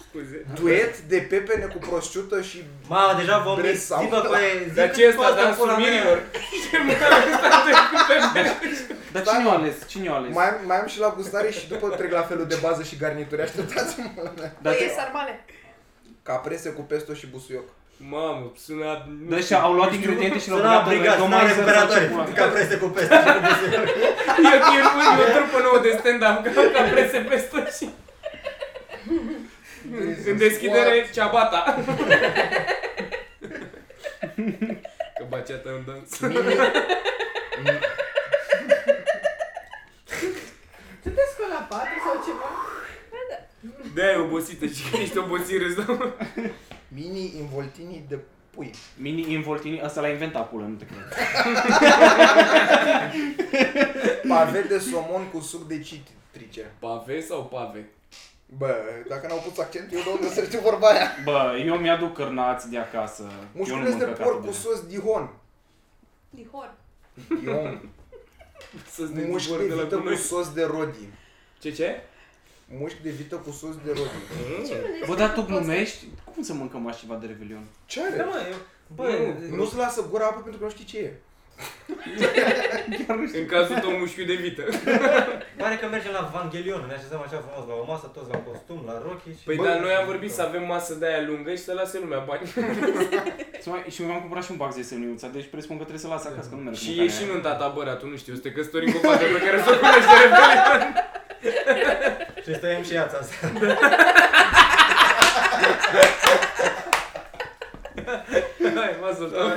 [SPEAKER 7] Scuze.
[SPEAKER 4] Duet de pepene cu prosciută și...
[SPEAKER 2] Mamă, deja vom
[SPEAKER 4] Vrei
[SPEAKER 2] zi,
[SPEAKER 4] sau-
[SPEAKER 2] bă, băi, zi
[SPEAKER 7] Dar
[SPEAKER 2] cât
[SPEAKER 7] ce e asta?
[SPEAKER 2] costă
[SPEAKER 7] Dansul
[SPEAKER 2] pula mea.
[SPEAKER 7] mirilor? Ce mă am
[SPEAKER 5] Dar cine o ales? Cine o ales?
[SPEAKER 4] Mai am, mai am și la gustare și după trec la felul de bază și garnituri. Așteptați-mă la mea.
[SPEAKER 5] Dar
[SPEAKER 1] Păi e
[SPEAKER 5] ce-
[SPEAKER 1] sarmale.
[SPEAKER 4] Caprese cu pesto și busuioc.
[SPEAKER 7] Mamă, sună... nu
[SPEAKER 5] Dar
[SPEAKER 7] știu.
[SPEAKER 5] ăștia au luat ingrediente și l-au
[SPEAKER 2] Suna
[SPEAKER 5] băgat în
[SPEAKER 2] obligat, suna
[SPEAKER 5] randomizer,
[SPEAKER 2] respiratori,
[SPEAKER 5] face pula.
[SPEAKER 2] ca preste cu peste. și cu peste.
[SPEAKER 7] Eu e un, e o trupă nouă de stand-up, că am ca prese peste și... În deschidere, ceabata. Că baceata în dans.
[SPEAKER 6] Tu te scoli la patru sau ceva?
[SPEAKER 7] De-aia e obosită, și că ești obosit râză.
[SPEAKER 9] Mini involtinii de pui.
[SPEAKER 5] Mini Involtini, ăsta l-a inventat pulă, nu te cred.
[SPEAKER 4] Pavet de somon cu suc de citrice.
[SPEAKER 7] Pave sau pave?
[SPEAKER 9] Bă, dacă n-au pus accent, eu de unde să știu vorba aia?
[SPEAKER 5] Bă, eu mi-aduc cărnați de acasă. Eu nu
[SPEAKER 4] Mușculeți
[SPEAKER 5] mănânc
[SPEAKER 4] de
[SPEAKER 5] căcatul
[SPEAKER 4] porc
[SPEAKER 5] de
[SPEAKER 4] cu
[SPEAKER 5] zi.
[SPEAKER 4] sos Dihon.
[SPEAKER 1] Lihor.
[SPEAKER 4] Dihon.
[SPEAKER 7] Să-ți dai
[SPEAKER 4] Mușchi
[SPEAKER 7] de
[SPEAKER 4] de
[SPEAKER 7] la
[SPEAKER 4] vită cu
[SPEAKER 7] gunoi.
[SPEAKER 4] sos de rodi.
[SPEAKER 7] Ce, ce?
[SPEAKER 4] Mușchi de vită cu sos de rodi.
[SPEAKER 5] Bă, da. dar tu glumești? Cum să mâncăm așa ceva de Revelion?
[SPEAKER 4] Ce are?
[SPEAKER 3] Da, mă, eu... Bă,
[SPEAKER 7] Nu,
[SPEAKER 4] Nu-ți lasă gura apă pentru că nu știi ce e.
[SPEAKER 7] În cazul tău mușchiul de vită.
[SPEAKER 2] Pare că mergem la Vanghelion, ne așezăm așa frumos la o masă, toți la costum, la rochi și...
[SPEAKER 7] Păi
[SPEAKER 2] Bă,
[SPEAKER 7] dar noi am vorbit să avem masă de aia lungă și să lase lumea bani.
[SPEAKER 5] Și mai- Și mi-am cumpărat și un bag de semniuța, deci presupun că trebuie să las acasă, că nu merg cu
[SPEAKER 7] Și e
[SPEAKER 5] mâncarea
[SPEAKER 7] și
[SPEAKER 5] aia.
[SPEAKER 7] nuntata bărea, tu nu știu, să te căsătorim cu o fată pe care să o cunoști de repede.
[SPEAKER 2] Și stăiem și iața asta.
[SPEAKER 7] Hai, mazul tău.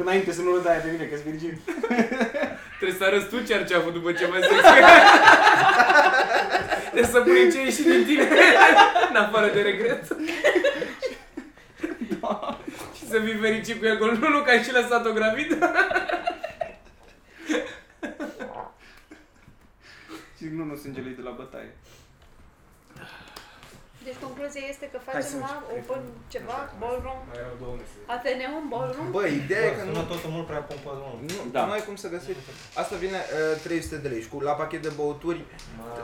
[SPEAKER 5] Înainte să nu râd aia de mine, că-s virgin.
[SPEAKER 7] Trebuie să arăți tu ce ar ce a avut după ce mai sex. Trebuie să pui ce a ieșit din tine, în afară de regret. Și să fii fericit cu el, că nu, nu, că ai și lăsat-o gravidă.
[SPEAKER 5] Și zic, nu, nu sângele e de la bătaie.
[SPEAKER 1] Deci concluzia este că
[SPEAKER 3] Hai să
[SPEAKER 1] facem la
[SPEAKER 3] mergem.
[SPEAKER 1] open ceva, ballroom,
[SPEAKER 7] Mai erau două mese.
[SPEAKER 1] Ateneum, ballroom.
[SPEAKER 4] Bă, ideea e că
[SPEAKER 2] Sună
[SPEAKER 4] nu...
[SPEAKER 2] totul mult prea pompos, mă.
[SPEAKER 4] Nu,
[SPEAKER 5] Da.
[SPEAKER 4] da. nu ai cum să găsești. Asta vine uh, 300 de lei și cu, la pachet de băuturi,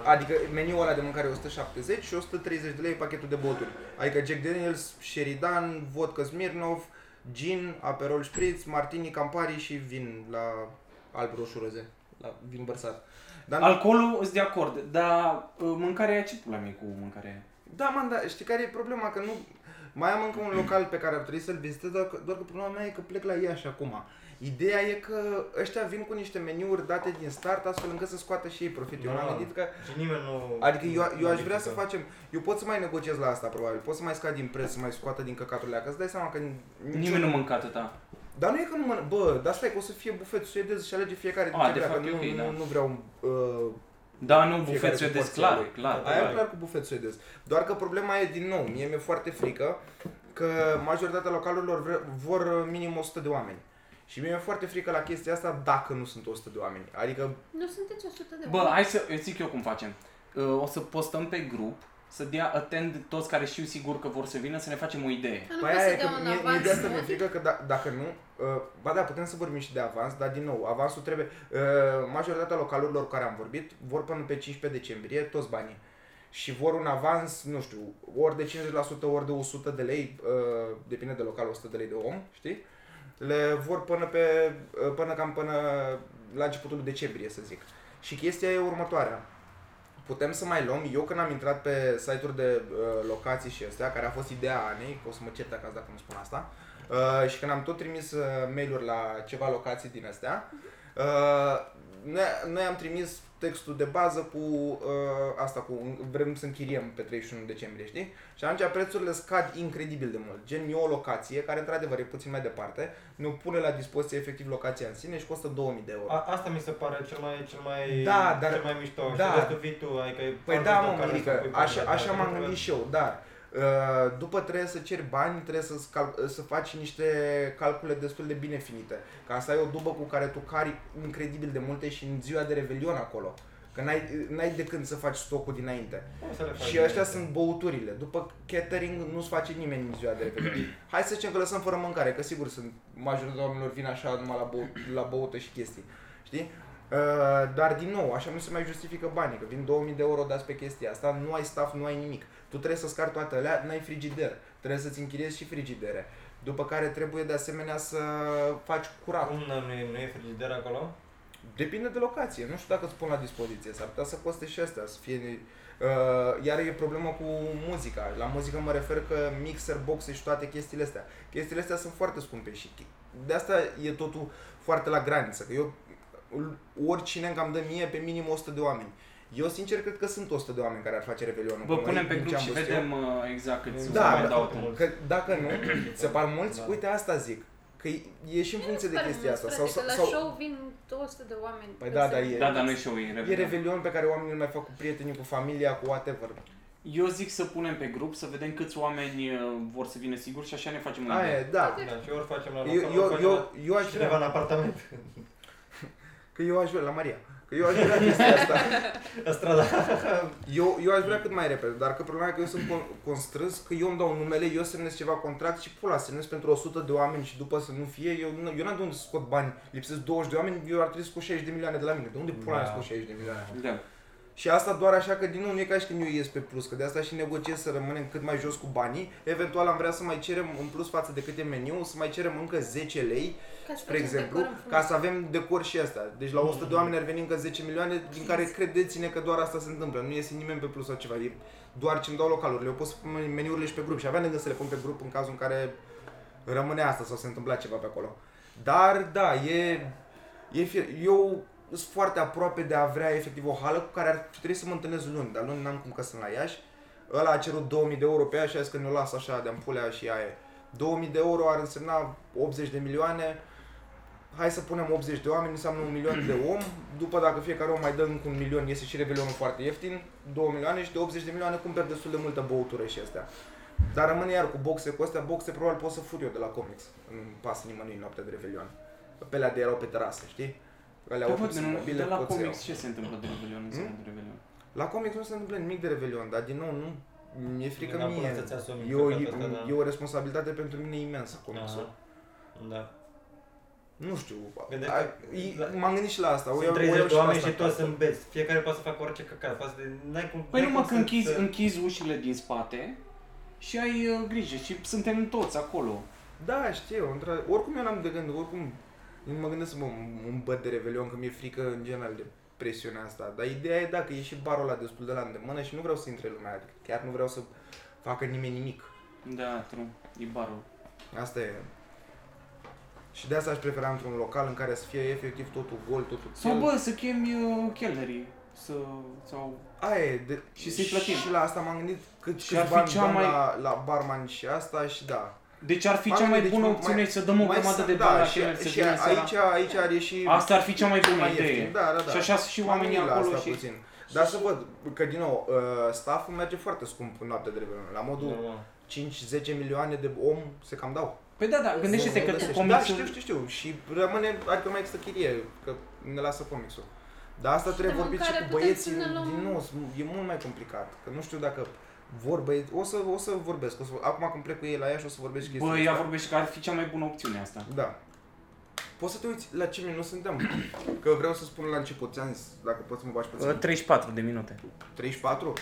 [SPEAKER 4] adică meniul ăla de mâncare e 170 și 130 de lei e pachetul de băuturi. Adică Jack Daniels, Sheridan, vodka Smirnoff, gin, Aperol Spritz, Martini, Campari și vin la alb, roșu, roze, la vin bărsat. Dar nu-
[SPEAKER 5] Alcoolul îți de acord, dar uh, mâncarea aia, ce pula mea e cu mâncarea aia?
[SPEAKER 4] Da, man, dar știi care e problema? Că nu... Mai am încă un local pe care ar trebui să-l vizitez, doar că, doar că problema mea e că plec la Iași acum. Ideea e că ăștia vin cu niște meniuri date din start, astfel încât să scoată și ei profit. Eu
[SPEAKER 2] Da.
[SPEAKER 4] am gândit că...
[SPEAKER 2] Și nimeni nu...
[SPEAKER 4] Adică eu, eu aș vrea să
[SPEAKER 2] nu-
[SPEAKER 4] facem... Eu pot să mai negociez la asta, probabil. Pot să mai scad din preț, să mai scoată din căcaturile alea, că îți dai seama că... nici-
[SPEAKER 5] Nimeni nu mânca atâta.
[SPEAKER 4] Dar nu e că nu mănânc... Bă, dar stai că o să fie bufet suedez și alege fiecare din
[SPEAKER 5] A,
[SPEAKER 4] ce
[SPEAKER 5] de
[SPEAKER 4] vrea, că
[SPEAKER 5] fapt e
[SPEAKER 4] nu,
[SPEAKER 5] ok,
[SPEAKER 4] nu,
[SPEAKER 5] da.
[SPEAKER 4] nu vreau... Uh,
[SPEAKER 5] Da, nu,
[SPEAKER 4] Fiecare
[SPEAKER 5] bufet
[SPEAKER 4] cu
[SPEAKER 5] suedez,
[SPEAKER 4] porția
[SPEAKER 5] clar,
[SPEAKER 4] lui.
[SPEAKER 5] clar.
[SPEAKER 4] Aia e
[SPEAKER 5] clar.
[SPEAKER 4] clar cu bufet suedez. Doar că problema e din nou, mie mi-e foarte frică că majoritatea localurilor vre- vor minim 100 de oameni. Și mie mi-e foarte frică la chestia asta dacă nu sunt 100 de oameni. Adică,
[SPEAKER 1] Nu sunteți 100 de
[SPEAKER 5] Bă,
[SPEAKER 1] oameni.
[SPEAKER 5] hai să eu zic eu cum facem. Uh, O să postăm pe grup, să dea atent toți care știu sigur că vor să vină, să ne facem o idee.
[SPEAKER 1] Nu
[SPEAKER 4] păi
[SPEAKER 1] poți
[SPEAKER 4] aia
[SPEAKER 1] să
[SPEAKER 4] e că
[SPEAKER 1] dea un
[SPEAKER 4] mie, mie
[SPEAKER 1] avans.
[SPEAKER 4] de asta mi-e
[SPEAKER 1] mult.
[SPEAKER 4] frică că da, dacă nu, uh, ba da, putem să vorbim și de avans, dar din nou, avansul trebuie, uh, majoritatea localurilor cu care am vorbit vor până pe 15 decembrie toți banii. Și vor un avans, nu știu, ori de 50%, ori de 100 de lei, uh, depinde de local, 100 de lei de om, știi? le vor până pe ă, până cam până la începutul decembrie, să zic. Și chestia e următoarea. Putem să mai luăm, eu când am intrat pe site-uri de uh, locații și astea, care a fost ideea Anei, că o să mă cert acasă dacă nu spun asta, uh, și când am tot trimis uh, mail-uri la ceva locații din astea, uh, noi, noi am trimis textul de bază cu uh, asta, cu vrem să închiriem pe 31 decembrie, știi? Și atunci prețurile scad incredibil de mult. Gen, e o locație care într-adevăr e puțin mai departe, nu pune la dispoziție efectiv locația în sine și costă 2000 de euro.
[SPEAKER 2] A, asta mi se pare cel mai, cel mai,
[SPEAKER 4] Da, dar-
[SPEAKER 2] cel mai mișto.
[SPEAKER 4] da.
[SPEAKER 2] Și restul vii tu, adică e
[SPEAKER 4] Păi
[SPEAKER 2] partea
[SPEAKER 4] da,
[SPEAKER 2] ta
[SPEAKER 4] mă,
[SPEAKER 2] care să
[SPEAKER 4] Mirica,
[SPEAKER 2] pui
[SPEAKER 4] așa,
[SPEAKER 2] partea ta,
[SPEAKER 4] așa m-am
[SPEAKER 2] trebuie.
[SPEAKER 4] gândit și eu, dar uh, după trebuie să ceri bani, trebuie să, cal- să faci niște calcule destul de bine finite, ca să ai o dubă cu care tu cari incredibil de multe și în ziua de Revelion acolo. Că n-ai, n-ai de când să faci stocul dinainte.
[SPEAKER 2] Cum să le faci
[SPEAKER 4] Și
[SPEAKER 2] bine?
[SPEAKER 4] ăștia sunt băuturile. După catering nu-ți face nimeni în ziua de Revelion. Hai să zicem că lăsăm fără mâncare, că sigur sunt majoritatea oamenilor vin așa numai la, bău- la băută și chestii. Știi? Uh, dar din nou, așa nu se mai justifică banii, că vin 2000 de euro dați pe chestia asta, nu ai staff, nu ai nimic. Tu trebuie să scar toate alea, n-ai frigider, trebuie să-ți închiriezi și frigidere. După care trebuie de asemenea să faci curat.
[SPEAKER 2] Cum nu e, nu e frigider acolo?
[SPEAKER 4] Depinde de locație, nu știu dacă îți pun la dispoziție, s-ar putea să coste și astea, să fie... Uh, iar e problemă cu muzica, la muzică mă refer că mixer, boxe și toate chestiile astea. Chestiile astea sunt foarte scumpe și chi- de asta e totul foarte la graniță, că eu oricine îmi cam dă mie pe minim 100 de oameni. Eu sincer cred că sunt 100 de oameni care ar face Revelionul.
[SPEAKER 5] Bă,
[SPEAKER 4] cu noi,
[SPEAKER 5] punem pe
[SPEAKER 4] din ce
[SPEAKER 5] grup
[SPEAKER 4] am
[SPEAKER 5] și
[SPEAKER 4] văzut eu.
[SPEAKER 5] vedem uh, exact câți
[SPEAKER 4] Da,
[SPEAKER 5] da, mai
[SPEAKER 4] da,
[SPEAKER 5] dau
[SPEAKER 2] foarte
[SPEAKER 5] atunci.
[SPEAKER 2] mult.
[SPEAKER 4] Că dacă nu, se par mulți,
[SPEAKER 2] Da.
[SPEAKER 4] uite asta zic. Că e și în funcție de
[SPEAKER 1] Sper
[SPEAKER 4] chestia
[SPEAKER 1] mult,
[SPEAKER 4] asta. Sau,
[SPEAKER 1] frate,
[SPEAKER 4] sau,
[SPEAKER 1] că La show vin 200 de oameni.
[SPEAKER 4] Păi da,
[SPEAKER 1] Să-
[SPEAKER 4] dar e...
[SPEAKER 5] Da, dar nu e show, e
[SPEAKER 4] E
[SPEAKER 5] Revelion.
[SPEAKER 4] revelion pe care oamenii îl mai fac cu prietenii, cu familia, cu whatever.
[SPEAKER 5] Eu zic să punem pe grup, să vedem câți oameni uh, vor să vină sigur și așa ne facem un
[SPEAKER 4] Aia, e, da.
[SPEAKER 2] Da, și ori facem la
[SPEAKER 4] Eu,
[SPEAKER 2] local, ori
[SPEAKER 4] eu,
[SPEAKER 2] facem
[SPEAKER 4] eu, eu
[SPEAKER 2] la
[SPEAKER 4] aș
[SPEAKER 2] cineva
[SPEAKER 4] vrea,
[SPEAKER 2] în apartament,
[SPEAKER 4] că eu aș vrea, la Maria, că eu aș vrea chestia asta.
[SPEAKER 2] la strada.
[SPEAKER 4] Eu, eu aș vrea cât mai repede, dar că problema e că eu sunt con- constrâns, că eu îmi dau numele, eu semnez ceva contract și pula, semnez pentru 100 de oameni și după să nu fie, eu, n- eu n-am de unde să scot bani, lipsesc 20 de oameni, eu ar trebui să scot 60 de milioane de la mine, de unde pula
[SPEAKER 2] Da.
[SPEAKER 4] mea scot 60 de milioane?
[SPEAKER 5] Da.
[SPEAKER 4] Și asta doar așa că din nou nu e ca și când eu ies pe plus, că de asta și negociez să rămânem cât mai jos cu banii, eventual am vrea să mai cerem în plus față de cât e meniu, să mai cerem încă 10 lei,
[SPEAKER 1] Ca să
[SPEAKER 4] spre
[SPEAKER 1] facem
[SPEAKER 4] exemplu,
[SPEAKER 1] decor în frunze.
[SPEAKER 4] ca să avem decor și asta. Deci la 100 de oameni ar veni încă 10 milioane, din care credeți-ne că doar asta se întâmplă. Nu iese nimeni pe plus sau ceva, e doar ce-mi dau localurile. Eu pot să pun meniurile și pe grup și aveam de gând să le pun pe grup în cazul în care rămâne asta sau se întâmpla ceva pe acolo. Dar da, e, e fir- eu sunt foarte aproape de a avea efectiv o hală cu care ar trebui să mă întâlnesc luni, dar luni n-am cum că sunt la Iași. Ăla a cerut 2000 de euro pe ea și a zis că ne-o las așa de ampulea și aia e. 2000 de euro ar însemna 80 de milioane, hai să punem 80 de oameni, înseamnă un milion de om, după dacă fiecare om mai dă încă un milion, iese și revelionul foarte ieftin, 2 milioane și de 80 de milioane cumperi destul de multă băutură și astea. Dar rămâne iar cu boxe cu astea, boxe probabil pot să fur eu de la comics, nu pasă nimănui noaptea de revelion. Pe alea de erau pe terasă, știi? Alea
[SPEAKER 5] Da,
[SPEAKER 4] au
[SPEAKER 5] bă,
[SPEAKER 4] pus
[SPEAKER 5] de, nu,
[SPEAKER 4] mobile,
[SPEAKER 5] de la
[SPEAKER 4] pot să iau.
[SPEAKER 5] comics ce se întâmplă de Revelion în
[SPEAKER 4] Hmm?
[SPEAKER 5] seara de Revelion?
[SPEAKER 4] La comics nu se întâmplă nimic de Revelion, dar din nou nu mi-e frică
[SPEAKER 2] N-am
[SPEAKER 4] mie.
[SPEAKER 2] putut să-ți asumi
[SPEAKER 4] E o,
[SPEAKER 2] păcatul ăsta, da.
[SPEAKER 4] e o responsabilitate pentru mine imensă comicsul.
[SPEAKER 2] Aha. Da.
[SPEAKER 4] Nu știu,
[SPEAKER 2] Gândește-
[SPEAKER 4] a, i-
[SPEAKER 2] la-
[SPEAKER 4] m-am gândit și la asta. o
[SPEAKER 2] Sunt
[SPEAKER 4] iau- o iau
[SPEAKER 2] 30 de
[SPEAKER 4] la
[SPEAKER 2] oameni
[SPEAKER 4] asta
[SPEAKER 2] și toți
[SPEAKER 4] acasă.
[SPEAKER 2] sunt beți. Fiecare poate să facă orice căcat. Poate să de... N-ai cum,
[SPEAKER 5] Păi
[SPEAKER 2] n-ai
[SPEAKER 5] numai
[SPEAKER 2] cum
[SPEAKER 5] că
[SPEAKER 2] să-
[SPEAKER 5] închizi,
[SPEAKER 2] să-
[SPEAKER 5] închizi ușile din spate și ai uh, grijă și suntem toți acolo.
[SPEAKER 4] Da, știu, într oricum eu n-am de gând, oricum nu mă gândesc să mă îmbăt de Revelion, că mi-e frică în general de presiunea asta. Dar ideea e da, că e și barul ăla destul de la îndemână și nu vreau să intre lumea, adică chiar nu vreau să facă nimeni nimic.
[SPEAKER 5] Da, true. E barul.
[SPEAKER 4] Asta e. Și de asta aș prefera într-un local în care să fie efectiv totul gol, totul
[SPEAKER 5] Sau
[SPEAKER 4] chel.
[SPEAKER 5] bă, să chemi uh, chelnerii. Să, sau...
[SPEAKER 4] Aia e, de...
[SPEAKER 5] Și să-i plătim.
[SPEAKER 4] Și la asta m-am gândit cât,
[SPEAKER 5] Și
[SPEAKER 4] câți
[SPEAKER 5] ar fi
[SPEAKER 4] bani
[SPEAKER 5] cea
[SPEAKER 4] dăm
[SPEAKER 5] mai-
[SPEAKER 4] la, la barman și asta și da.
[SPEAKER 5] Deci ar fi cea
[SPEAKER 4] Oamenii,
[SPEAKER 5] mai
[SPEAKER 4] deci,
[SPEAKER 5] bună
[SPEAKER 4] mai-
[SPEAKER 5] opțiune și să dăm o grămadă
[SPEAKER 4] sunt-
[SPEAKER 5] de bani la
[SPEAKER 4] și,
[SPEAKER 5] chelneri să
[SPEAKER 4] și
[SPEAKER 5] vină seara.
[SPEAKER 4] aici, aici are și
[SPEAKER 5] Asta ar fi cea mai bună idee.
[SPEAKER 4] ieftin. Da, da, da.
[SPEAKER 5] Și așa sunt și
[SPEAKER 4] M-am
[SPEAKER 5] oamenii
[SPEAKER 4] gândit la
[SPEAKER 5] acolo
[SPEAKER 4] asta
[SPEAKER 5] și...
[SPEAKER 4] Puțin. Dar să văd, că din nou, uh, stafful merge foarte scump în noaptea de Revelion. La
[SPEAKER 5] Da.
[SPEAKER 4] modul
[SPEAKER 2] Normal.
[SPEAKER 4] 5-10 milioane de om se cam dau.
[SPEAKER 5] Păi da, da, gândește-te că tu
[SPEAKER 4] Găsești. Da,
[SPEAKER 5] comicsul...
[SPEAKER 4] știu, știu, știu. Și rămâne, adică mai există chirie, că ne lasă comicsul. Dar asta trebuie
[SPEAKER 1] de
[SPEAKER 4] vorbit și
[SPEAKER 1] mâncare
[SPEAKER 4] cu
[SPEAKER 1] putem
[SPEAKER 4] băieții,
[SPEAKER 1] să ne luăm-
[SPEAKER 4] din nou, sunt- e mult mai complicat. Că nu știu dacă vor băieți, o să, o să vorbesc, o să, acum când plec cu ei la Iași o să vorbesc și chestia
[SPEAKER 5] Bă, ea
[SPEAKER 4] asta.
[SPEAKER 5] vorbește că ar fi cea mai bună opțiune asta.
[SPEAKER 4] Da. Poți să te uiți la ce minut suntem? Că vreau să spun la început, ți-am zis, dacă poți să mă bași puțin.
[SPEAKER 3] 34 de minute.
[SPEAKER 4] 34?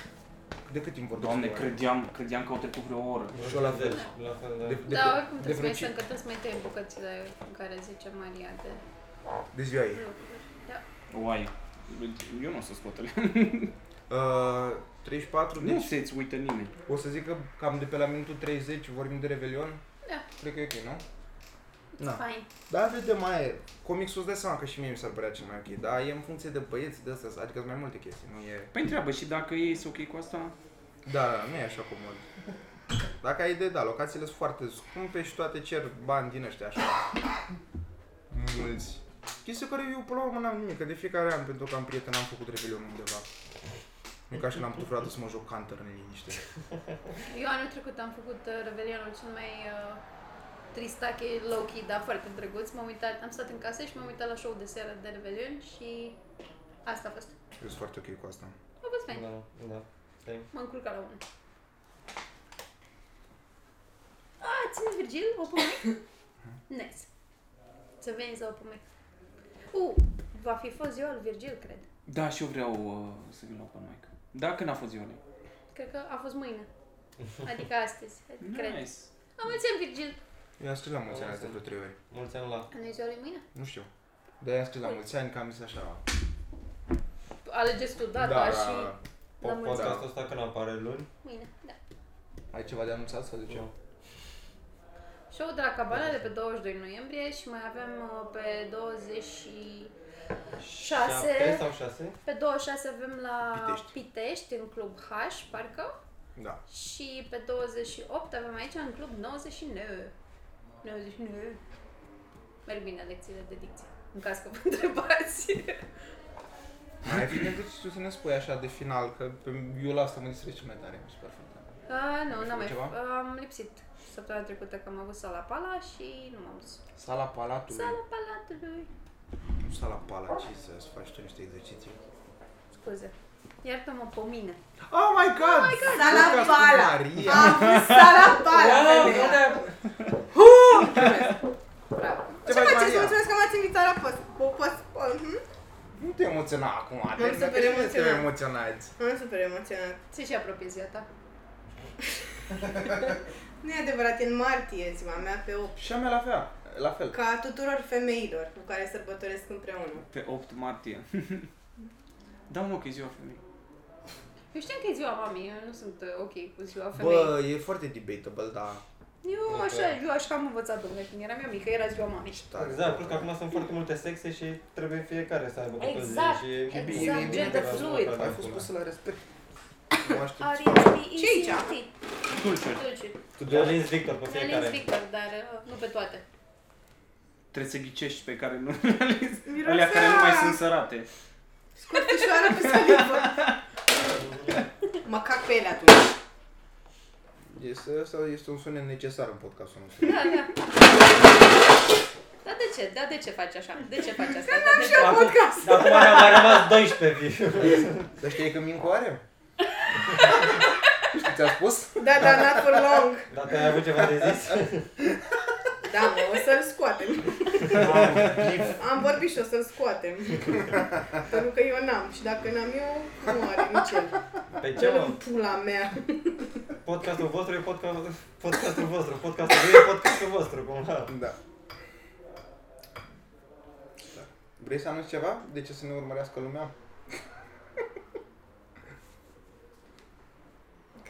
[SPEAKER 4] De cât timp vorbim?
[SPEAKER 5] Doamne,
[SPEAKER 4] cu
[SPEAKER 5] credeam, credeam că au trecut vreo oră.
[SPEAKER 4] Și eu la fel.
[SPEAKER 2] La fel, da.
[SPEAKER 4] oamenii? De, de,
[SPEAKER 1] Da, oricum
[SPEAKER 4] de
[SPEAKER 1] trebuie să
[SPEAKER 4] vreo
[SPEAKER 1] mai
[SPEAKER 4] cinci-
[SPEAKER 1] stăm, că trebuie să mai tăiem bucățile în care zice Maria de
[SPEAKER 4] de ziua Deci ei.
[SPEAKER 1] lucruri.
[SPEAKER 5] Oai. Eu nu o să scot ele.
[SPEAKER 4] Uh, 34,
[SPEAKER 5] Nu
[SPEAKER 4] deci
[SPEAKER 5] se-ți uită nimeni.
[SPEAKER 4] o să zic că cam de pe la minutul 30 vorbim de Revelion.
[SPEAKER 1] Da.
[SPEAKER 4] Cred că e ok, nu?
[SPEAKER 1] Da.
[SPEAKER 4] Da.
[SPEAKER 1] Fain.
[SPEAKER 4] Da, vedem, mai e. Comicsul îți dai seama că și mie mi s-ar părea cel mai ok, dar e în funcție de băieți, de astea, adică sunt mai multe chestii, nu e...
[SPEAKER 5] Păi întreabă și dacă ei sunt ok cu asta?
[SPEAKER 4] Da, da, nu e așa cum mult. Dacă ai idee, da, locațiile sunt foarte scumpe și toate cer bani din ăștia așa. Mulți. Chestia care eu până la urmă n-am nimic, că de fiecare an pentru că am prieten am făcut Revelion undeva. Nu e ca și când am putut vreodată să mă joc Counter în liniște.
[SPEAKER 1] Eu anul trecut am făcut uh, Revelionul cel mai uh, tristache, low-key, dar foarte drăguț. M-am uitat, am stat în casă și m-am uitat la show de seară de Revelion și asta a fost.
[SPEAKER 4] Eu sunt foarte ok cu asta.
[SPEAKER 1] A fost fain.
[SPEAKER 2] Da, da.
[SPEAKER 1] M-am culcat la unul. Ah, țineți Virgil? O pomec? nice. Să veniți la o pomec. Uh, va fi fost ziua lui Virgil, cred.
[SPEAKER 5] Da, și eu vreau uh, să vin la open mic. Da, când a fost ziua lui?
[SPEAKER 1] Cred că a fost mâine. Adică astăzi, cred.
[SPEAKER 5] Nice.
[SPEAKER 1] Am mulțumit, Virgil.
[SPEAKER 4] Eu am scris la mulți ani astea vreo trei ori.
[SPEAKER 2] Mulți ani la...
[SPEAKER 1] Nu e ziua lui mâine?
[SPEAKER 4] Nu știu. Dar i-am scris la mulți ani că am zis așa.
[SPEAKER 1] Alegeți tu data da, și la
[SPEAKER 2] Po-
[SPEAKER 1] mulți ani.
[SPEAKER 2] Podcastul ăsta când apare luni.
[SPEAKER 1] mâine. Da.
[SPEAKER 4] Ai ceva de anunțat sau de ce?
[SPEAKER 2] Nu.
[SPEAKER 1] Show de la Cabana de pe 22 noiembrie și mai avem uh, pe 20 și... Șase.
[SPEAKER 2] Șapte sau șase?
[SPEAKER 1] Pe 26 avem la
[SPEAKER 4] Pitești.
[SPEAKER 1] Pitești în Club H, parcă.
[SPEAKER 4] Da.
[SPEAKER 1] Și pe 28 avem aici în club 99. 99. Merg bine lecțiile de dicție, în caz că vă întrebați.
[SPEAKER 4] Mai ai fi un exercițiu să ne spui așa de final, că pe- eu la asta mă distrez cel mai tare, mi se pare foarte tare.
[SPEAKER 1] Uh, nu,
[SPEAKER 4] Ai
[SPEAKER 1] n-am mai
[SPEAKER 4] făcut
[SPEAKER 1] f- Am lipsit săptămâna trecută că am avut sala pala și nu m-am dus.
[SPEAKER 4] Sala Palatului,
[SPEAKER 1] Sala palatului.
[SPEAKER 4] nu sala Palat, ce să faci tu niște exerciții.
[SPEAKER 1] Scuze. Iartă-mă pe mine.
[SPEAKER 4] Oh my god!
[SPEAKER 6] Sala
[SPEAKER 4] Podcast cu
[SPEAKER 6] Pala.
[SPEAKER 4] Maria.
[SPEAKER 6] Am vrut sala pala,
[SPEAKER 5] Da,
[SPEAKER 7] Wow, da,
[SPEAKER 6] femeia.
[SPEAKER 7] gata.
[SPEAKER 6] Bravo.
[SPEAKER 4] Ce
[SPEAKER 6] Ce
[SPEAKER 4] faci,
[SPEAKER 6] faceți?
[SPEAKER 4] Maria?
[SPEAKER 6] Mulțumesc că m-ați invitat la post. Po, post, po, mhm.
[SPEAKER 4] Nu te emoționa acum, te
[SPEAKER 6] super emoționat.
[SPEAKER 4] emoționați.
[SPEAKER 6] Am super emoționat.
[SPEAKER 1] Ți și apropiezi ziua ta.
[SPEAKER 6] Nu e adevărat, e în martie ziua mea pe 8.
[SPEAKER 4] Și a mea la fel. La fel.
[SPEAKER 6] Ca a tuturor femeilor cu care sărbătoresc împreună.
[SPEAKER 5] Pe 8 martie. da, mă, că e ziua femeii.
[SPEAKER 1] Eu știam că e ziua mamei, eu nu sunt uh, ok cu ziua femeii.
[SPEAKER 4] Bă, e foarte debatable, da.
[SPEAKER 1] Eu așa, eu așa am învățat, domnule, când eram eu mică, era ziua mamei.
[SPEAKER 4] Ești tare.
[SPEAKER 2] Exact, plus că acum sunt foarte multe sexe și trebuie fiecare să aibă cu
[SPEAKER 8] Exact,
[SPEAKER 2] toți și e bine,
[SPEAKER 8] exact,
[SPEAKER 2] e bine
[SPEAKER 1] gender
[SPEAKER 2] că v-ați
[SPEAKER 1] fluid.
[SPEAKER 2] luat
[SPEAKER 4] Ai
[SPEAKER 2] acum.
[SPEAKER 4] fost pusă la respect. Nu aștepți.
[SPEAKER 6] Ce e aici?
[SPEAKER 5] Dulciuri.
[SPEAKER 1] Dulciuri.
[SPEAKER 2] Tu de Alins Victor pe
[SPEAKER 1] Mi-a lins
[SPEAKER 2] fiecare.
[SPEAKER 1] Victor, dar uh, nu pe toate.
[SPEAKER 5] Trebuie să ghicești pe care nu realizezi. Alea care nu mai sunt sărate.
[SPEAKER 6] Scurtășoară pe salivă. Mă cac pe ele atunci.
[SPEAKER 4] Este, asta este un sunet necesar în podcastul nostru.
[SPEAKER 1] Da, da. Dar de ce? Da, de ce faci așa? De ce faci asta? Da, de ce?
[SPEAKER 2] Acum, acum ne-a mai rămas 12 vii.
[SPEAKER 4] Dar știi că Mincu are? Nu știu, ți-a spus?
[SPEAKER 6] Da, da, not for long.
[SPEAKER 2] Dar tu ai avut ceva de zis?
[SPEAKER 6] Da, mă, o să-l scoatem. Am vorbit și o să-l scoatem. Pentru că eu n-am. Și dacă n-am eu, nu are nici el.
[SPEAKER 2] Pe Păi ce
[SPEAKER 6] Ce
[SPEAKER 2] mă?
[SPEAKER 6] în pula mea.
[SPEAKER 2] Podcastul vostru e podcast, podcastul vostru, podcastul meu e podcastul vostru, cumva.
[SPEAKER 4] Da. Vrei să anunți ceva? De ce să ne urmărească lumea?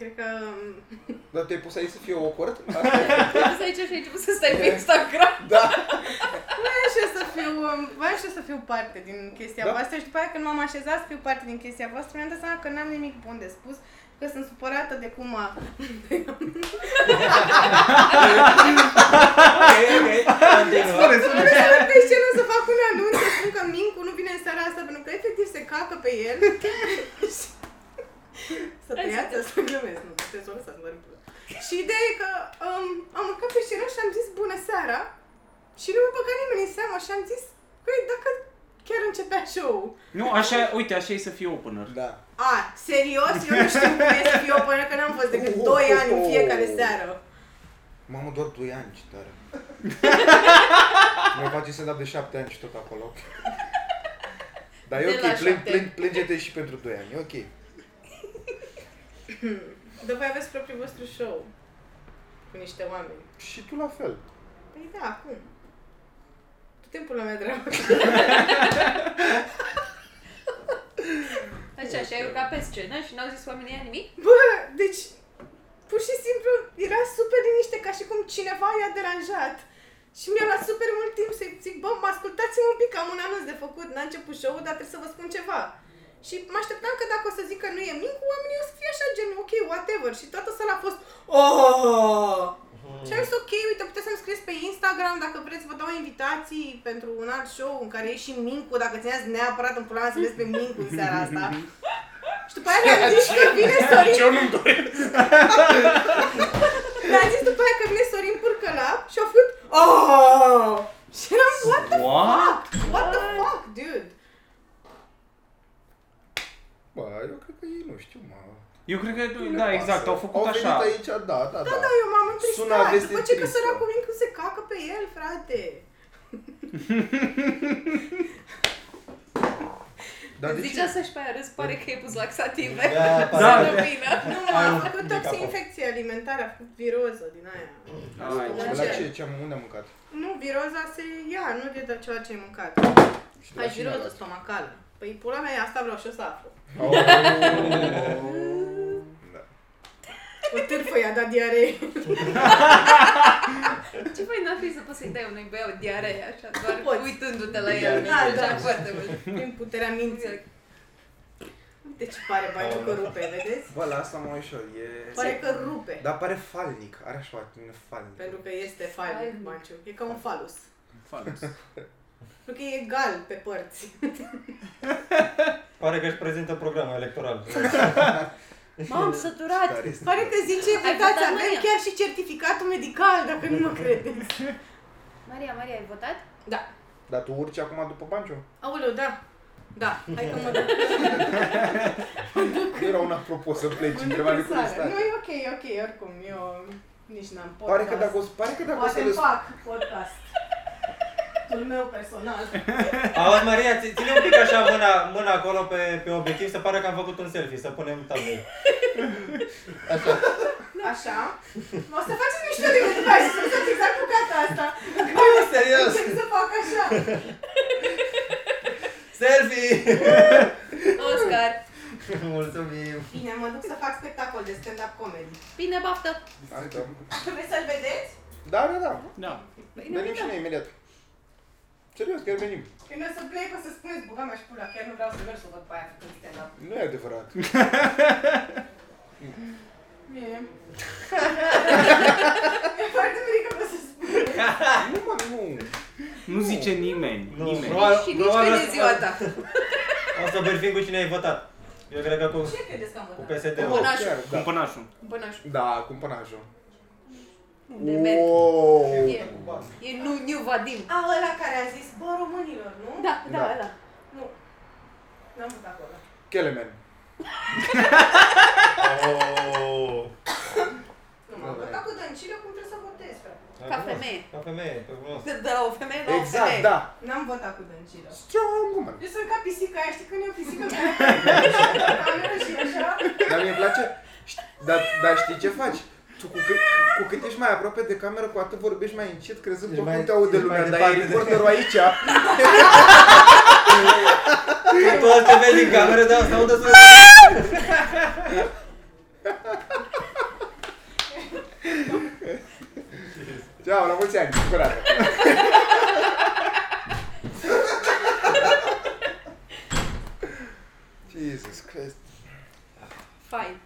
[SPEAKER 6] Cred că... um,
[SPEAKER 4] Dar te-ai pus aici să fie awkward?
[SPEAKER 1] Te-ai dus aici și ai început să stai pe Instagram.
[SPEAKER 4] Da.
[SPEAKER 6] Voiam și eu să fiu, um, voiam și eu să fiu parte din chestia
[SPEAKER 4] Da.
[SPEAKER 6] da. voastră și după aia când m-am așezat să fiu parte din chestia voastră, mi-am dat seama că n-am nimic bun de spus, că sunt supărată de cum a...
[SPEAKER 5] Deci,
[SPEAKER 2] Continuă.
[SPEAKER 6] Nu știu pe Deci ce nu o să fac un anunț, să spun că Mincu nu vine în seara asta pentru că efectiv se cacă pe el. să tăiați, să glumesc, nu puteți să o lăsați, mă râd. Și ideea e că um, am urcat pe scenă și am zis bună seara și nu mă băga nimeni în seama și am zis, păi dacă chiar începea show-ul.
[SPEAKER 5] Nu, așa, uite, așa e să fii opener.
[SPEAKER 4] Da.
[SPEAKER 6] A, serios? Eu nu știu cum e să fiu până că n-am fost decât 2 ani în fiecare seară.
[SPEAKER 4] Mamă, doar 2 ani, ce tare. Mai face stand-up de 7 ani și tot acolo. Dar e
[SPEAKER 1] De la
[SPEAKER 4] ok, plâng,
[SPEAKER 1] șapte.
[SPEAKER 4] plâng, plângete și pentru 2 ani, e ok.
[SPEAKER 6] Dar voi aveți propriul vostru show cu niște oameni.
[SPEAKER 4] Și tu la fel.
[SPEAKER 6] Păi da, cum? Tu te pula mea dreapă.
[SPEAKER 1] Așa, și ai urcat pe scenă și n-au zis oamenii ăia nimic?
[SPEAKER 6] Bă, deci pur și simplu era super liniște ca și cum cineva i-a deranjat. Și mi-a luat super mult timp să-i zic, bă, mă ascultați-mă un pic, am un anunț de făcut, n-a început show-ul, dar trebuie să vă spun ceva. Și mă așteptam că dacă o să zic că nu e Mincu, oamenii o să fie așa gen, ok, whatever. Și toată sala a fost, oh! Și am zis, ok, uite, puteți să-mi scrieți pe Instagram dacă vreți, vă dau invitații pentru un alt show în care e și Mincu, dacă țineați neapărat în pula mea să vezi pe Mincu în seara asta. și după aia mi-am zis că vine Sorin
[SPEAKER 3] Eu nu-mi doresc.
[SPEAKER 6] mi-a zis după aia că vine Sorin Pârcălap și a făcut Oh! Și eram, what the
[SPEAKER 5] What?
[SPEAKER 6] fuck? What the fuck, dude?
[SPEAKER 4] Bă, eu cred că ei nu știu, mă.
[SPEAKER 5] Eu cred că,
[SPEAKER 4] Nu le
[SPEAKER 5] da,
[SPEAKER 4] pasă.
[SPEAKER 5] exact, au făcut
[SPEAKER 4] Au venit
[SPEAKER 5] așa.
[SPEAKER 4] aici, da, da, da.
[SPEAKER 6] Da, da, eu m-am
[SPEAKER 4] Sună a
[SPEAKER 6] întristat.
[SPEAKER 4] veste
[SPEAKER 6] După ce că
[SPEAKER 4] tristă.
[SPEAKER 6] săracul Mincu se cacă pe el, frate.
[SPEAKER 4] Dar de
[SPEAKER 1] Zicea
[SPEAKER 4] ce?
[SPEAKER 1] să-și pe aia râs, pare că ai pus laxative.
[SPEAKER 2] Da,
[SPEAKER 1] Să
[SPEAKER 2] pare.
[SPEAKER 1] nu vină.
[SPEAKER 6] Nu, mă, a făcut
[SPEAKER 2] de capul.
[SPEAKER 6] toxinfecție infecție alimentară, a făcut viroză din aia.
[SPEAKER 5] Ai,
[SPEAKER 4] De La ce? ce am, unde am mâncat?
[SPEAKER 6] Nu, viroza se ia, nu de ceva ce ai mâncat.
[SPEAKER 4] Și de la
[SPEAKER 6] Faci
[SPEAKER 4] cine
[SPEAKER 6] viroză
[SPEAKER 4] luați?
[SPEAKER 6] stomacală. Păi pula mea, asta vreau și o să aflu.
[SPEAKER 4] Aoleu. Da.
[SPEAKER 6] O târfă i-a dat diaree.
[SPEAKER 1] Ce fain n-ar fi să poți să-i dai unui băiat diaree, așa, doar
[SPEAKER 6] Poți.
[SPEAKER 1] uitându-te la el.
[SPEAKER 6] Da,
[SPEAKER 1] Așa,
[SPEAKER 6] da.
[SPEAKER 1] foarte mult.
[SPEAKER 6] Prin puterea minții. Uite ce pare baiul că rupe, vedeți?
[SPEAKER 4] Bă, la asta mă ușor, e...
[SPEAKER 6] Pare că rupe.
[SPEAKER 4] Dar pare falnic, are așa o atitudine falnică.
[SPEAKER 6] Pentru că este falic,
[SPEAKER 1] Falic.
[SPEAKER 6] Banciu. E ca un falus.
[SPEAKER 5] Fals.
[SPEAKER 6] Pentru că e egal pe părți.
[SPEAKER 2] Pare că își prezintă programul electoral.
[SPEAKER 1] M-am săturat!
[SPEAKER 10] Care este?
[SPEAKER 6] Pare că zice, uitați,
[SPEAKER 1] votat,
[SPEAKER 6] avem
[SPEAKER 1] Maria?
[SPEAKER 6] chiar și certificatul medical, dacă nu mă credeți.
[SPEAKER 1] Maria, Maria, ai votat?
[SPEAKER 6] Da.
[SPEAKER 4] Dar tu urci acum după Banciu?
[SPEAKER 6] Aoleu, da. Da, hai că mă duc.
[SPEAKER 4] Era un apropo să pleci,
[SPEAKER 6] Mă duc
[SPEAKER 4] întreba de
[SPEAKER 6] în sală. Nu,
[SPEAKER 4] curiozitate.
[SPEAKER 6] e ok, e ok, oricum, eu nici n-am podcast.
[SPEAKER 4] Pare că dacă o, pare că dacă o să
[SPEAKER 6] Poate
[SPEAKER 4] le...
[SPEAKER 6] îmi fac podcast. Al meu personal.
[SPEAKER 2] Auzi, Maria, ți- ține un pic așa mâna, mâna acolo pe, pe obiectiv, să pare că am făcut un selfie, să punem tablou.
[SPEAKER 4] Da.
[SPEAKER 6] Așa. O să facem mișto de mine după aceea, să fac exact bucata asta.
[SPEAKER 2] Serios?
[SPEAKER 6] Încerc să fac așa.
[SPEAKER 2] Selfie!
[SPEAKER 1] Oscar!
[SPEAKER 2] Mulțumim!
[SPEAKER 6] Bine, mă duc să fac spectacol de stand-up comedy.
[SPEAKER 1] Bine, baftă!
[SPEAKER 6] Vreți să-l vedeți?
[SPEAKER 4] Adică- Da, da, da.
[SPEAKER 5] Da.
[SPEAKER 1] Păi ne
[SPEAKER 4] Venim și
[SPEAKER 1] uităm.
[SPEAKER 4] noi imediat. Serios, chiar venim.
[SPEAKER 6] Când o Păi să plec, o să spuneți buga mea și pula, chiar nu vreau să merg să o văd pe aia făcând stand-up.
[SPEAKER 4] Nu e adevărat.
[SPEAKER 6] Bine. e foarte mirică pe să spun. Da.
[SPEAKER 4] Nu, mă, nu.
[SPEAKER 5] Nu zice nimeni.
[SPEAKER 2] Nu,
[SPEAKER 5] nimeni.
[SPEAKER 2] probabil-
[SPEAKER 1] Și nici
[SPEAKER 2] probabil
[SPEAKER 1] pe
[SPEAKER 2] o
[SPEAKER 1] de
[SPEAKER 2] să-
[SPEAKER 1] ziua ta.
[SPEAKER 2] O să bârfim cu cine ai votat. Eu cred că cu,
[SPEAKER 6] Ce credeți că am
[SPEAKER 2] cu
[SPEAKER 6] votat?
[SPEAKER 2] PSD-ul.
[SPEAKER 1] Pănașul.
[SPEAKER 4] Chiar, da.
[SPEAKER 5] Cumpănașul.
[SPEAKER 1] Bănașul.
[SPEAKER 10] Da, cumpănașul.
[SPEAKER 1] Dement.
[SPEAKER 4] Wow.
[SPEAKER 1] E, e nu, nu Vadim.
[SPEAKER 6] A, Ah, ăla care a zis, bă, românilor, nu?
[SPEAKER 1] Ah, Da, da,
[SPEAKER 4] Da.
[SPEAKER 1] da.
[SPEAKER 6] Nu. N-am votat acolo.
[SPEAKER 4] Kelemen.
[SPEAKER 2] Oh.
[SPEAKER 6] Nu m-am votat cu Dăncilă cum trebuie să votez, frate.
[SPEAKER 1] Ca femeie.
[SPEAKER 2] Ca femeie, pe frumos.
[SPEAKER 1] De, de la o femeie la o femeie.
[SPEAKER 4] Exact, da.
[SPEAKER 6] N-am votat cu Dăncilă.
[SPEAKER 4] Strong woman.
[SPEAKER 6] Eu sunt ca pisica aia, știi când e o pisică care cameră și așa?
[SPEAKER 10] Dar mie îmi place. Ști- Dar, dar știi ce faci? Tu cu cât, cu cât ești mai aproape de cameră, cu atât vorbești mai încet, crezând
[SPEAKER 2] Ești
[SPEAKER 10] că
[SPEAKER 2] mai-
[SPEAKER 10] nu te aude
[SPEAKER 2] ești mai
[SPEAKER 10] lumea, dar e
[SPEAKER 2] departe de-
[SPEAKER 10] reporterul aici.
[SPEAKER 2] Tu o să vezi din cameră, dar o să audă să...
[SPEAKER 4] Ceau, la mulți ani. Curată. Jesus Christ.
[SPEAKER 1] Fain.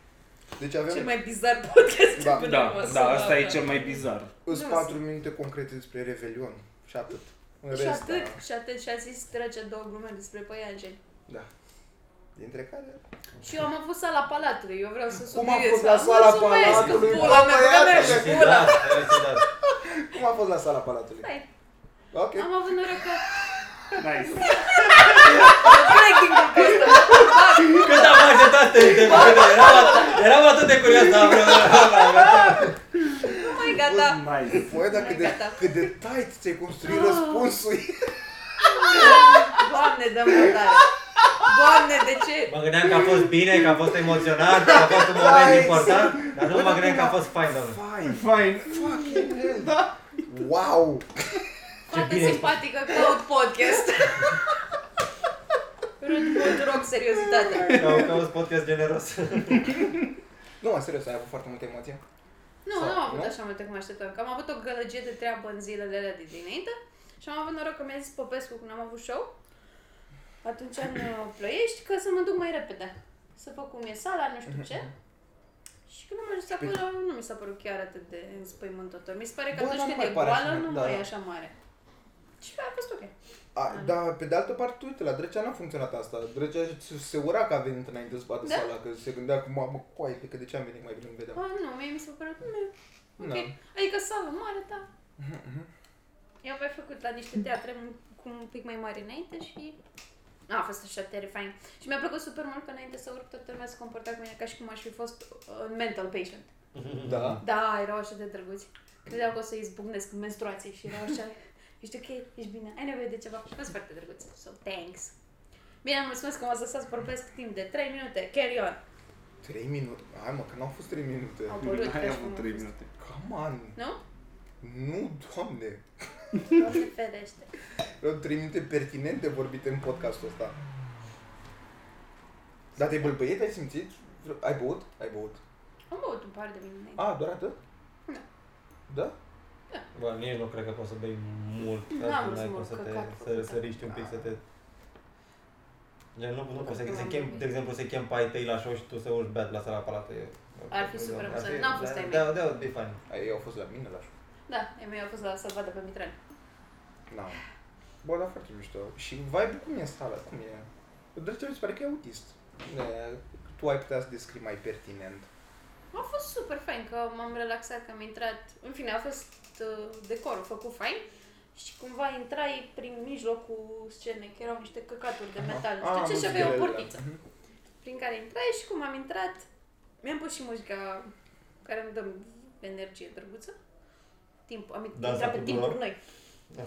[SPEAKER 4] Deci avem...
[SPEAKER 1] Cel mai bizar podcast
[SPEAKER 4] Da,
[SPEAKER 1] până acum
[SPEAKER 5] Da,
[SPEAKER 1] s-a
[SPEAKER 5] da, asta e
[SPEAKER 1] aflat.
[SPEAKER 5] cel mai bizar.
[SPEAKER 4] Îs
[SPEAKER 1] Nu,
[SPEAKER 4] patru minute concrete despre Revelion și atât. În
[SPEAKER 1] Și
[SPEAKER 4] rest,
[SPEAKER 1] atât, și atât, și a zis trece două glume despre păianjeni.
[SPEAKER 4] Da. Dintre care...
[SPEAKER 1] Și eu am avut sala palatului, eu vreau să
[SPEAKER 4] Cum
[SPEAKER 1] subiez.
[SPEAKER 4] a fost la sala
[SPEAKER 1] Mulțumesc,
[SPEAKER 4] Palatului?
[SPEAKER 1] pula mea,
[SPEAKER 4] Bă,
[SPEAKER 1] pula mea
[SPEAKER 2] Da,
[SPEAKER 4] băiatul,
[SPEAKER 1] și pula.
[SPEAKER 2] Felicitat, felicitat.
[SPEAKER 4] Cum a fost la sala Palatului?
[SPEAKER 1] Stai,
[SPEAKER 4] Ok.
[SPEAKER 1] Păi, Am avut noroc că...
[SPEAKER 5] Nice.
[SPEAKER 1] Plec din copilul ăsta.
[SPEAKER 2] Cât am așteptat de de- de- eram, eram atât de curios, dar vreau...
[SPEAKER 1] Nu mai gata.
[SPEAKER 5] Nice.
[SPEAKER 4] Băi, dar cât de,
[SPEAKER 1] Gata. Ah.
[SPEAKER 4] cât de tight ți-ai construit răspunsul.
[SPEAKER 1] Doamne, dă tare. Doamne, de ce?
[SPEAKER 2] Mă gândeam că a fost bine, că a fost emoționant, că a fost un moment
[SPEAKER 4] Nice.
[SPEAKER 2] important, dar nu mă gândeam că a fost fain, domnule.
[SPEAKER 4] Fine.
[SPEAKER 5] Fine.
[SPEAKER 4] Fucking hell. Wow.
[SPEAKER 1] Fată
[SPEAKER 2] bine.
[SPEAKER 1] simpatică, caut podcast. Râd mult, rog, seriozitate.
[SPEAKER 2] Că a fost podcast generos.
[SPEAKER 4] Nu, mă, serios, ai avut foarte multă emoție.
[SPEAKER 1] Nu,
[SPEAKER 4] Sau-
[SPEAKER 1] nu am avut
[SPEAKER 4] nu?
[SPEAKER 1] așa multe cum așteptam, că am avut o gălăgie de treabă în zilele alea de dinainte și am avut noroc că mi-a zis Popescu când am avut show, atunci în uh, Ploiești, că să mă duc mai repede, să fac cum e sala, nu știu
[SPEAKER 4] Mhm.
[SPEAKER 1] ce. Și când am ajuns
[SPEAKER 4] Deci-
[SPEAKER 1] acolo, nu mi s-a părut chiar atât de înspăimântător. Mi se pare că
[SPEAKER 4] Bă, dar
[SPEAKER 1] atunci
[SPEAKER 4] nu
[SPEAKER 1] când
[SPEAKER 4] mai
[SPEAKER 1] e
[SPEAKER 4] pare așa
[SPEAKER 1] goală,
[SPEAKER 4] mare,
[SPEAKER 1] nu
[SPEAKER 4] da.
[SPEAKER 1] mai e așa mare. Și a fost ok.
[SPEAKER 4] A, dar pe de altă parte, uite, la Drăcea n-a funcționat asta. Drăcea se- se ura că a venit înainte să bată
[SPEAKER 1] Da. Ah.
[SPEAKER 4] sala, că se gândea că, mamă, coai, că de ce am venit mai bine, îmi vedeam.
[SPEAKER 1] Ba, nu, mie mi s-a părut, meh, ok.
[SPEAKER 4] Da.
[SPEAKER 1] Adică sală mare, da. Eu am mai făcut la niște teatre m- cu un pic mai mari înainte și... A, a fost așa terrifying. Și mi-a plăcut super mult că înainte să urc toată lumea se comporta cu mine ca și cum aș fi fost uh, un mental patient.
[SPEAKER 4] Da.
[SPEAKER 1] Da, erau așa de drăguți. Credeau că o să izbucnesc în menstruații și erau așa... Ești ok? Ești bine? Ai nevoie de ceva? A fost foarte drăguț. So, thanks. Bine, mulțumesc că m-ați lăsat să vorbesc timp de 3 minute. Carry on.
[SPEAKER 4] 3 minute. Hai mă, că n-au fost 3 minute.
[SPEAKER 1] Au părut
[SPEAKER 5] Ai
[SPEAKER 1] că și cum
[SPEAKER 5] avut
[SPEAKER 1] a
[SPEAKER 5] 3
[SPEAKER 1] fost.
[SPEAKER 5] minute.
[SPEAKER 4] Come on.
[SPEAKER 1] Nu?
[SPEAKER 4] Nu, doamne.
[SPEAKER 1] Doamne ferește.
[SPEAKER 4] Erau 3 minute pertinente vorbite în podcastul ăsta. Dar te-ai bâlbâit? Ai simțit? Ai băut? Ai băut.
[SPEAKER 1] Am băut un par de vin înainte.
[SPEAKER 4] A, doar atât?
[SPEAKER 1] Da.
[SPEAKER 4] Da?
[SPEAKER 2] Bă, nici nu cred că poți să bei mult.
[SPEAKER 1] N-am
[SPEAKER 2] altfel
[SPEAKER 1] vrut să
[SPEAKER 2] n-ai
[SPEAKER 1] mă
[SPEAKER 2] cum să,
[SPEAKER 1] urc,
[SPEAKER 2] te,
[SPEAKER 1] că
[SPEAKER 2] să,
[SPEAKER 1] cac.
[SPEAKER 2] să riști un pic, să te... Gen, nu, nu poți să,
[SPEAKER 1] că
[SPEAKER 2] se
[SPEAKER 1] m-am
[SPEAKER 2] chem,
[SPEAKER 1] gândit.
[SPEAKER 2] de exemplu, se chem pe ai tăi la show și tu să urci beat la sala palatului.
[SPEAKER 1] Ar fi super amuzant.
[SPEAKER 2] Ar fi-
[SPEAKER 1] N-au fost
[SPEAKER 2] da-
[SPEAKER 1] ai mei.
[SPEAKER 2] Da, da, would be fun.
[SPEAKER 4] A, Ei au fost la mine la școală.
[SPEAKER 1] Da, e mai a fost la să vadă pe Mitran.
[SPEAKER 4] Da. Bă, dar foarte mișto. Și vibe cum e în sală? Cum e? Drăcea mi se pare că e autist. E, tu ai putea să descrii mai pertinent.
[SPEAKER 1] A fost super fain, că m-am relaxat, că am intrat... În fine, a fost uh, decorul făcut fain și cumva intrai prin mijlocul scenei, că erau niște căcaturi de metal,
[SPEAKER 4] Ah,
[SPEAKER 1] nu știu ce, și aveai o
[SPEAKER 4] muzichelele, da.
[SPEAKER 1] portiță prin care intrai și cum am intrat, mi-am pus și muzica care îmi dă energie drăguță. Timp, am
[SPEAKER 2] Dansa
[SPEAKER 1] intrat pe
[SPEAKER 2] cu
[SPEAKER 1] timpuri
[SPEAKER 2] culoare.
[SPEAKER 1] noi.
[SPEAKER 2] Da.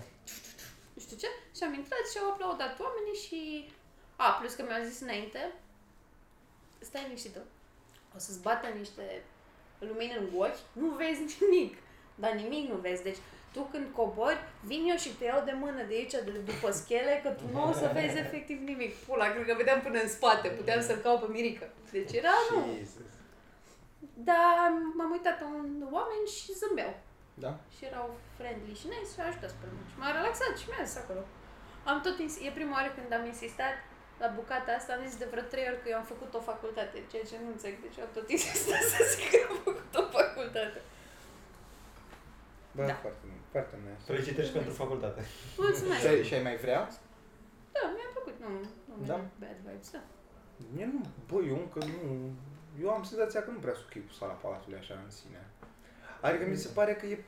[SPEAKER 1] Nu știu ce. Și am intrat și au aplaudat oamenii și... A, plus că mi-au zis înainte, stai liniștită, o să-ți bată niște lumini în ochi, nu vezi nimic, dar nimic nu vezi. Deci tu când cobori, vin eu și te iau de mână de aici, de după schele, că tu nu o să vezi efectiv nimic. Pula, cred că vedeam până în spate, puteam să-l caut pe mirică. Deci era, nu.
[SPEAKER 4] Mhm. Jesus.
[SPEAKER 1] Dar m-am uitat pe un oameni și zâmbeau.
[SPEAKER 4] Da?
[SPEAKER 1] Și erau friendly și nice și au ajutat spre mine. Și m-a relaxat și mi-a zis acolo. Am tot ins- e prima oară când am insistat la bucata asta, am zis de vreo trei ori că eu am făcut o facultate, ceea ce nu înțeleg, deci am tot insistat să zic că am făcut o facultate.
[SPEAKER 4] Bă,
[SPEAKER 1] Da.
[SPEAKER 4] foarte, foarte nice.
[SPEAKER 2] Felicitări și pentru facultate.
[SPEAKER 1] Mulțumesc!
[SPEAKER 4] Și ai- Și ai mai vrea?
[SPEAKER 1] Da, mi-a plăcut, nu, nu mi-a
[SPEAKER 4] Da?
[SPEAKER 1] dat bad vibes, da.
[SPEAKER 4] Mie nu, bă, eu încă nu... Eu am senzația că nu prea sunt cu sala palatului așa în sine. Adică mi se pare că e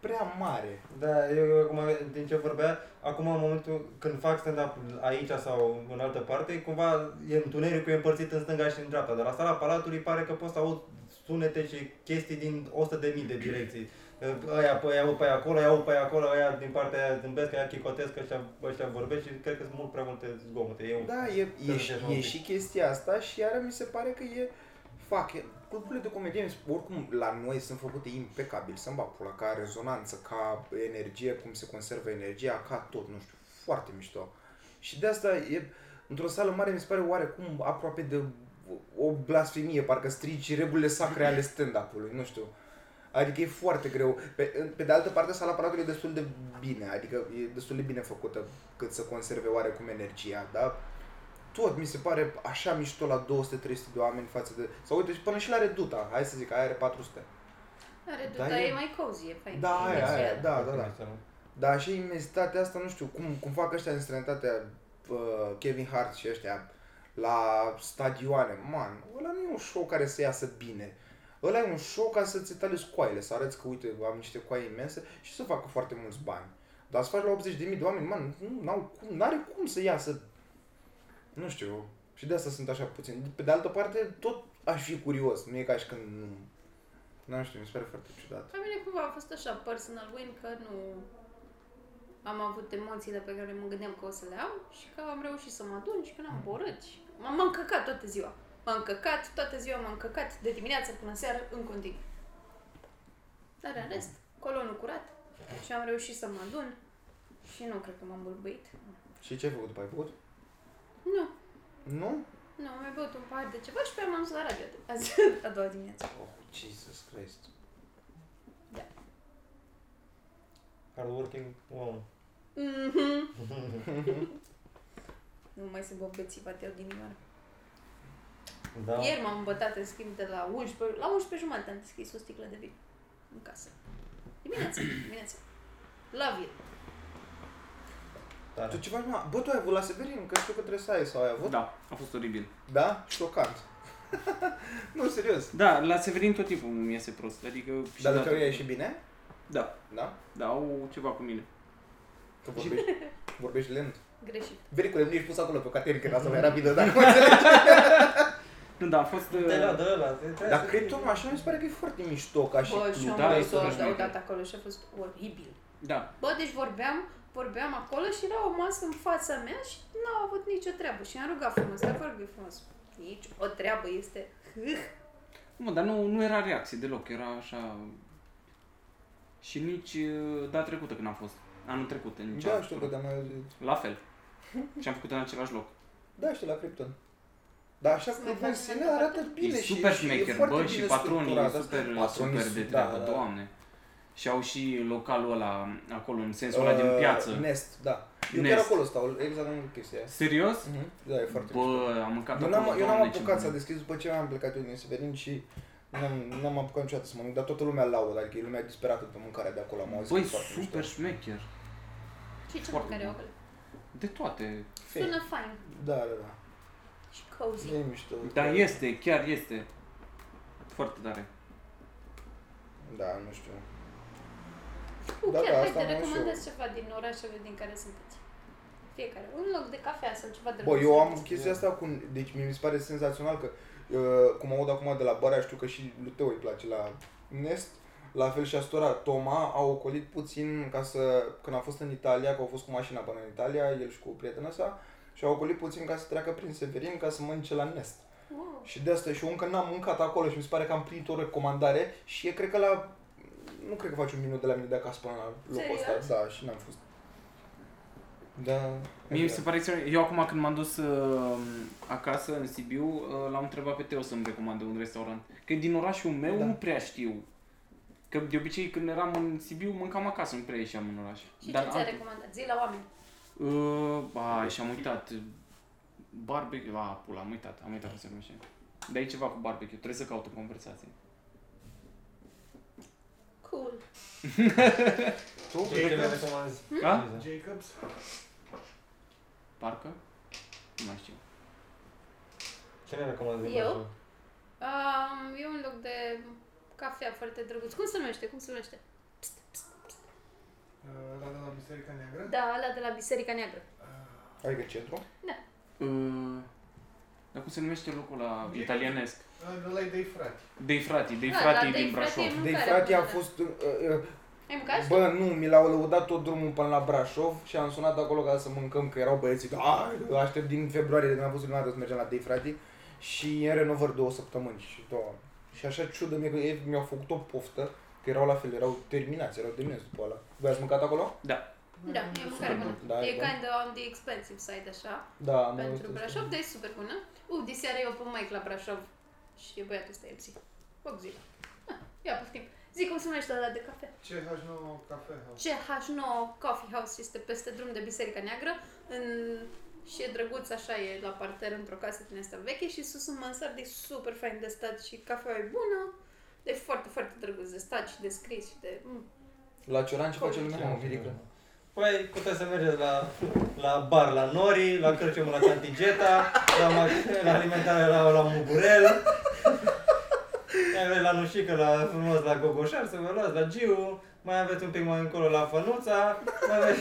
[SPEAKER 4] prea mare.
[SPEAKER 2] Da, eu acum, din ce vorbea, acum în momentul când fac stand-up aici sau în altă parte, cumva e întunericul e împărțit în stânga și în dreapta, dar la sala Palatului pare că poți să auzi sunete și chestii din 100.000 de mii de direcții. Aia păi, pe aia, aud pe aia acolo, aia aud pe aia acolo, aia din partea aia zâmbesc, aia chicotesc, ăștia, ăștia vorbesc și cred că sunt mult prea multe zgomote. E un...
[SPEAKER 4] Da, e, e,
[SPEAKER 2] Să
[SPEAKER 4] și,
[SPEAKER 2] vedem un
[SPEAKER 4] e
[SPEAKER 2] pic.
[SPEAKER 4] și chestia asta și iară mi se pare că e... Fac, e- cluburile de comedie, mi se- oricum, la noi sunt făcute impecabil, să-mi bag pula, ca rezonanță, ca energie, cum se conservă energia, ca tot, nu știu, foarte mișto. Și de asta e, într-o sală mare mi se pare oarecum aproape de o blasfemie, parcă strici regulile sacre ale stand-up-ului, nu știu. Adică e foarte greu. Pe, pe de altă parte, sala palatului e destul de bine, adică e destul de bine făcută cât să conserve oarecum energia, dar tot mi se pare așa mișto la 200-300 de oameni față de... Sau uite, și până și la Reduta, hai să zic, aia are 400.
[SPEAKER 1] Are
[SPEAKER 4] Da,
[SPEAKER 1] da, dar
[SPEAKER 4] e-
[SPEAKER 1] e, mai cozy, e fain.
[SPEAKER 4] Da, aia,
[SPEAKER 1] Deci,
[SPEAKER 4] aia, da, da, da.
[SPEAKER 2] Să nu-
[SPEAKER 4] Dar așa imensitatea asta, nu știu, cum, cum fac ăștia în străinătatea uh, Kevin Hart și ăștia la stadioane, man, ăla nu e un show care să iasă bine. Ăla e un show ca să-ți etalezi coaile, să arăți că, uite, am niște coaie imense și să facă foarte mulți bani. Dar să faci la 80.000 de oameni, man, nu au cum, n-are cum să iasă. Nu știu, și de asta sunt așa puțin. Pe de altă parte, tot aș fi curios, nu e ca și când nu... Nu știu, mi se pare foarte ciudat.
[SPEAKER 1] La mine cumva a fost așa personal win că nu am avut emoțiile pe care mă gândeam că o să le am și că am reușit să mă adun și că n-am borât. și M-am m-am căcat toată ziua. M-am căcat, toată ziua m-am căcat, de dimineață până seară, în continuu. Dar în rest, colonul curat și am reușit să mă adun și nu cred că m-am bulbuit.
[SPEAKER 4] Și ce ai făcut după ai făcut?
[SPEAKER 1] Nu,
[SPEAKER 4] Nu?
[SPEAKER 1] nu, am mai băut un pahar de ceva și pe aia m-am dus la radio azi, a doua dimineață.
[SPEAKER 4] Oh, Jesus Christ.
[SPEAKER 2] Hardworking woman.
[SPEAKER 1] Mhm. nu mai sunt bobățiva, te din inimioară.
[SPEAKER 2] Da.
[SPEAKER 1] Ieri m-am îmbătat, în schimb, de la 11, la 11 jumătate am deschis o sticlă de vin în casă. Dimineața, dimineața. Love it.
[SPEAKER 2] Tare.
[SPEAKER 4] Da. Tu ce faci, mă? Bă, tu ai avut la Severin? Că știu că trebuie să ai sau ai avut?
[SPEAKER 5] Da, a fost oribil.
[SPEAKER 4] Da? Șocant. nu, serios.
[SPEAKER 5] Da, la Severin tot timpul mi iese prost, adică... și
[SPEAKER 4] Dar la
[SPEAKER 5] la-
[SPEAKER 4] teorie ai și bine?
[SPEAKER 5] Da,
[SPEAKER 4] Da?
[SPEAKER 5] da, au ceva cu mine.
[SPEAKER 4] Că vorbești, vorbești lent.
[SPEAKER 1] Greșit.
[SPEAKER 4] Vericule, nu ești pus acolo pe caterincă ca să mai rapidă, dar mă înțelegi.
[SPEAKER 5] Nu, da, a fost... uh,
[SPEAKER 2] Te lua de ăla. te- te-
[SPEAKER 4] Dar cred tot așa mi se pare că e foarte mișto ca și...
[SPEAKER 1] Bă, și am
[SPEAKER 5] da,
[SPEAKER 1] da,
[SPEAKER 5] e
[SPEAKER 1] o
[SPEAKER 5] super
[SPEAKER 1] adăugat acolo și a fost oribil.
[SPEAKER 5] Da,
[SPEAKER 1] Bă, deci vorbeam, vorbeam acolo și era o masă în fața mea și n-au avut nicio treabă. Și am rugat frumos, dar vorbim frumos. Nici o treabă este...
[SPEAKER 5] mă, dar nu, nu era reacție deloc, era așa... Și nici uh, data trecută când am fost. Anul trecut, în
[SPEAKER 4] Da,
[SPEAKER 5] cea-
[SPEAKER 4] știu că de-am auzit.
[SPEAKER 5] La fel. Și am făcut în același loc.
[SPEAKER 4] Da, știu, la Krypton. Dar așa
[SPEAKER 1] Să
[SPEAKER 4] că
[SPEAKER 1] mai
[SPEAKER 4] în
[SPEAKER 1] faci
[SPEAKER 4] sine
[SPEAKER 1] mental
[SPEAKER 4] arată
[SPEAKER 1] pattern.
[SPEAKER 4] bine
[SPEAKER 5] e
[SPEAKER 4] și
[SPEAKER 5] super
[SPEAKER 4] și e
[SPEAKER 5] șmecher,
[SPEAKER 4] foarte
[SPEAKER 5] bă,
[SPEAKER 4] bine
[SPEAKER 5] și patronii e
[SPEAKER 4] structurat.
[SPEAKER 5] super,
[SPEAKER 4] Patronii
[SPEAKER 5] super de
[SPEAKER 4] sunt-
[SPEAKER 5] treabă,
[SPEAKER 4] da, da.
[SPEAKER 5] doamne. Și au și localul ăla acolo, în sensul ăla din piață.
[SPEAKER 4] Uh, Nest, da. Eu chiar
[SPEAKER 5] Nest.
[SPEAKER 4] acolo stau, exact în chestia aia.
[SPEAKER 5] Serios?
[SPEAKER 4] Mhm, Da, e foarte mișto.
[SPEAKER 5] Bă, am mâncat
[SPEAKER 4] Eu
[SPEAKER 5] acolo,
[SPEAKER 4] n-am, eu n-am
[SPEAKER 5] doamne, ce
[SPEAKER 4] apucat să
[SPEAKER 5] bun.
[SPEAKER 4] deschis după ce am plecat eu din Severin și n-am, n-am apucat niciodată să mănânc, dar toată lumea laudă, adică e lumea disperată pe mâncarea de acolo, am auzit
[SPEAKER 5] Băi,
[SPEAKER 4] că e foarte
[SPEAKER 5] super
[SPEAKER 4] mișto.
[SPEAKER 5] șmecher.
[SPEAKER 1] Și ce
[SPEAKER 5] Foarte
[SPEAKER 1] mâncare au
[SPEAKER 5] bun.
[SPEAKER 1] acolo?
[SPEAKER 5] De toate.
[SPEAKER 4] Fake.
[SPEAKER 1] Sună fain.
[SPEAKER 4] Da, da, da.
[SPEAKER 1] și cozy.
[SPEAKER 4] E mișto.
[SPEAKER 5] Da, este, chiar este. Foarte tare.
[SPEAKER 4] Da, nu știu.
[SPEAKER 1] Uh,
[SPEAKER 4] Da,
[SPEAKER 1] chiar,
[SPEAKER 4] da,
[SPEAKER 1] hai,
[SPEAKER 4] asta
[SPEAKER 1] te
[SPEAKER 4] am mai
[SPEAKER 1] recomandați ceva din orașele din care sunteți. Fiecare. Un loc de cafea sau ceva de
[SPEAKER 4] Bă, eu am chestia asta cu... Deci mi se pare senzațional că, uh, cum aud acum de la Bara, știu că și lui Teo îi place la Nest, la fel și Astora Toma au ocolit puțin ca să, când a fost în Italia, că au fost cu mașina până în Italia, el și cu prietena sa, și au ocolit puțin ca să treacă prin Severin ca să mănânce la Nest.
[SPEAKER 1] Wow.
[SPEAKER 4] Și de asta și eu încă n-am mâncat acolo și mi se pare că am primit o recomandare și e cred că la nu cred că faci un minut de la mine de acasă până la locul
[SPEAKER 1] Serios?
[SPEAKER 4] ăsta, da, și n-am fost. Da.
[SPEAKER 5] Mie mi se pare extraordinar. Eu acum când m-am dus uh, acasă în Sibiu, uh, l-am întrebat pe Teo să-mi recomande un restaurant. Că din orașul meu
[SPEAKER 4] Da.
[SPEAKER 5] nu prea știu. Că de obicei când eram în Sibiu mâncam acasă, nu prea ieșeam în oraș.
[SPEAKER 1] Și ce ți-a
[SPEAKER 5] alte-
[SPEAKER 1] recomandat? Zi la oameni.
[SPEAKER 5] Uh, a, și am uitat. Barbecue, a, pula, am uitat, am uitat cum se numește. Dar e ceva cu barbecue, trebuie să caut o conversație.
[SPEAKER 1] Cool.
[SPEAKER 4] Tu?
[SPEAKER 2] Ce te le recomanzi?
[SPEAKER 1] Hmm?
[SPEAKER 5] Da?
[SPEAKER 2] Luiza?
[SPEAKER 7] Jacobs?
[SPEAKER 5] Parcă? Nu mai știu.
[SPEAKER 2] Ce ne recomanzi?
[SPEAKER 1] Eu? Um, e un loc de cafea foarte drăguț. Cum se numește? Cum se numește?
[SPEAKER 7] La de la Biserica Neagră?
[SPEAKER 1] Da, ăla de la Biserica Neagră.
[SPEAKER 4] Adică centru?
[SPEAKER 5] Uh, dar cum se numește locul ăla
[SPEAKER 7] Jacobs.
[SPEAKER 5] italienesc?
[SPEAKER 7] De la Idei Frati.
[SPEAKER 5] Dei frati, dei
[SPEAKER 1] Da,
[SPEAKER 5] frati
[SPEAKER 1] la
[SPEAKER 5] din
[SPEAKER 1] Dei Frati
[SPEAKER 5] Brașov.
[SPEAKER 1] e
[SPEAKER 4] Dei
[SPEAKER 1] Mâncare
[SPEAKER 4] Deci, frate a
[SPEAKER 1] bună, da.
[SPEAKER 4] fost... Uh, uh,
[SPEAKER 1] Ai mâncat?
[SPEAKER 4] bă, nu, mi l-au lăudat tot drumul până la Brașov și am sunat acolo ca să mâncăm, că erau băieții, da, eu aștept din februarie, de când am fost prima dată să mergem la Dei Frati și e în renovări două săptămâni și două. Și așa ciudă mie că ei mi-au făcut o poftă, că erau la fel, erau terminați, erau terminați după ăla. Voi ați mâncat acolo?
[SPEAKER 1] Da, e mâncare bună.
[SPEAKER 4] Da,
[SPEAKER 1] e
[SPEAKER 4] e bun.
[SPEAKER 1] kind of on the expensive side, așa,
[SPEAKER 4] Da, am
[SPEAKER 1] pentru
[SPEAKER 4] văzut.
[SPEAKER 1] Brașov, dar e super bună. U, de seară e open mic la Brașov și băiatul ăsta e MC. Foc zi. Ah, ia poftim. Zic cum se numește ăla de cafea.
[SPEAKER 7] е CH9 Cafe House.
[SPEAKER 1] CH9 Coffee House este peste drum de Biserica Neagră în... și e drăguț, așa e la parter într-o casă din asta veche și sus în mansardă e super fain de stat și cafeaua e bună. E foarte, foarte drăguț de stat și de scris și de... Mm.
[SPEAKER 4] La Cioran ce face
[SPEAKER 2] Ce
[SPEAKER 4] lumea, mă,
[SPEAKER 2] am
[SPEAKER 4] Virică?
[SPEAKER 2] făcut? Păi puteți să mergeți la, la bar la Nori, la Cârciumul la Cantigeta, la, mac- la alimentare la, la Mugurel, mai aveți la Nușică, la frumos, la Gogoșar, să vă luați, la Giu, mai aveți un pic mai încolo la Fănuța, mai aveți...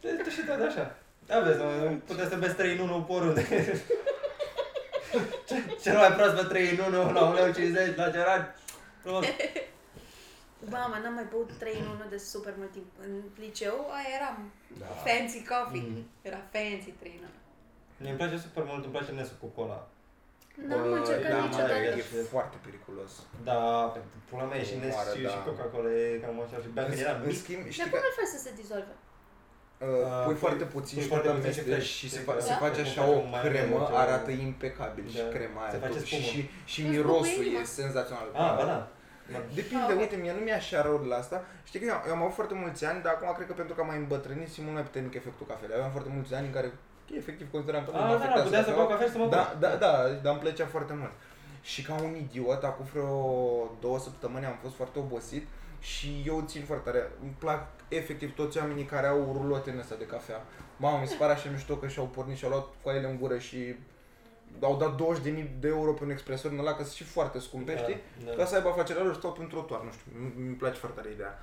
[SPEAKER 2] Deci, tot și tot așa. Aveți, mă, puteți să beți 3 în 1 pe oriunde. Ce- Cel mai proaspăt 3 în 1 la 1,50 la Gerard. Frumos.
[SPEAKER 1] Mama, n-am mai băut 3 în 1 de super mult timp. În liceu aia eram da. fancy coffee.
[SPEAKER 4] Mm-hmm.
[SPEAKER 1] Mm. Era fancy 3 în
[SPEAKER 2] Mie îmi place super mult, îmi place Nesu cu cola.
[SPEAKER 1] 1. N-am încercat
[SPEAKER 2] da,
[SPEAKER 1] da,
[SPEAKER 2] mă,
[SPEAKER 1] niciodată.
[SPEAKER 2] e-
[SPEAKER 4] E foarte periculos.
[SPEAKER 2] Da, pentru pula mea, e și
[SPEAKER 4] Omoară,
[SPEAKER 2] Nestiu și
[SPEAKER 4] da.
[SPEAKER 2] Coca-Cola e cam așa și beam când eram
[SPEAKER 4] În
[SPEAKER 2] mic.
[SPEAKER 4] schimb,
[SPEAKER 1] Dar
[SPEAKER 4] știi că
[SPEAKER 1] cum îl faci să se dizolve?
[SPEAKER 4] Uh, pui
[SPEAKER 2] pui-
[SPEAKER 4] foarte puțin
[SPEAKER 2] pui
[SPEAKER 4] și
[SPEAKER 2] foarte
[SPEAKER 4] foarte
[SPEAKER 2] puțin și
[SPEAKER 4] amestec
[SPEAKER 2] pleci.
[SPEAKER 4] și se,
[SPEAKER 2] Se
[SPEAKER 4] fa-
[SPEAKER 2] face-
[SPEAKER 4] se face
[SPEAKER 2] se
[SPEAKER 4] așa
[SPEAKER 2] face
[SPEAKER 4] o
[SPEAKER 2] un mai
[SPEAKER 4] cremă,
[SPEAKER 2] mult,
[SPEAKER 4] arată impecabil și
[SPEAKER 2] Da.
[SPEAKER 4] crema aia
[SPEAKER 2] Se face
[SPEAKER 4] tot. și,
[SPEAKER 2] spumă.
[SPEAKER 4] și, și
[SPEAKER 1] Îți
[SPEAKER 4] mirosul
[SPEAKER 1] bubuie inima.
[SPEAKER 4] e senzațional.
[SPEAKER 2] Ah, ba da.
[SPEAKER 4] Depinde,
[SPEAKER 1] Ah, ok.
[SPEAKER 4] uite, mie nu mi-e așa rău de la asta. Știi că eu, eu am avut foarte mulți ani, dar acum cred că pentru că am mai îmbătrânit simt mult mai puternic efectul cafelei. Aveam foarte mulți ani în care efectiv consideram că nu mă
[SPEAKER 2] Ah, da, da,
[SPEAKER 4] afectează
[SPEAKER 2] puteam să
[SPEAKER 4] cafeaua.
[SPEAKER 2] beau cafea și să mă
[SPEAKER 4] Da,
[SPEAKER 2] duc.
[SPEAKER 4] da, da, dar îmi plăcea foarte mult. Și ca un idiot, acum vreo două săptămâni am fost foarte obosit și eu țin foarte tare. Îmi plac efectiv toți oamenii care au rulote în ăsta de cafea. Mamă, mi se pare așa mișto că și-au pornit și-au luat coaiele în gură și au dat 20.000 de euro pe un expresor în ăla, că sunt și foarte scumpe, știi?
[SPEAKER 2] Da,
[SPEAKER 4] Ca
[SPEAKER 2] da.
[SPEAKER 4] să aibă afacerea lor, stau pe un trotuar, nu știu, mi- mi place foarte tare ideea.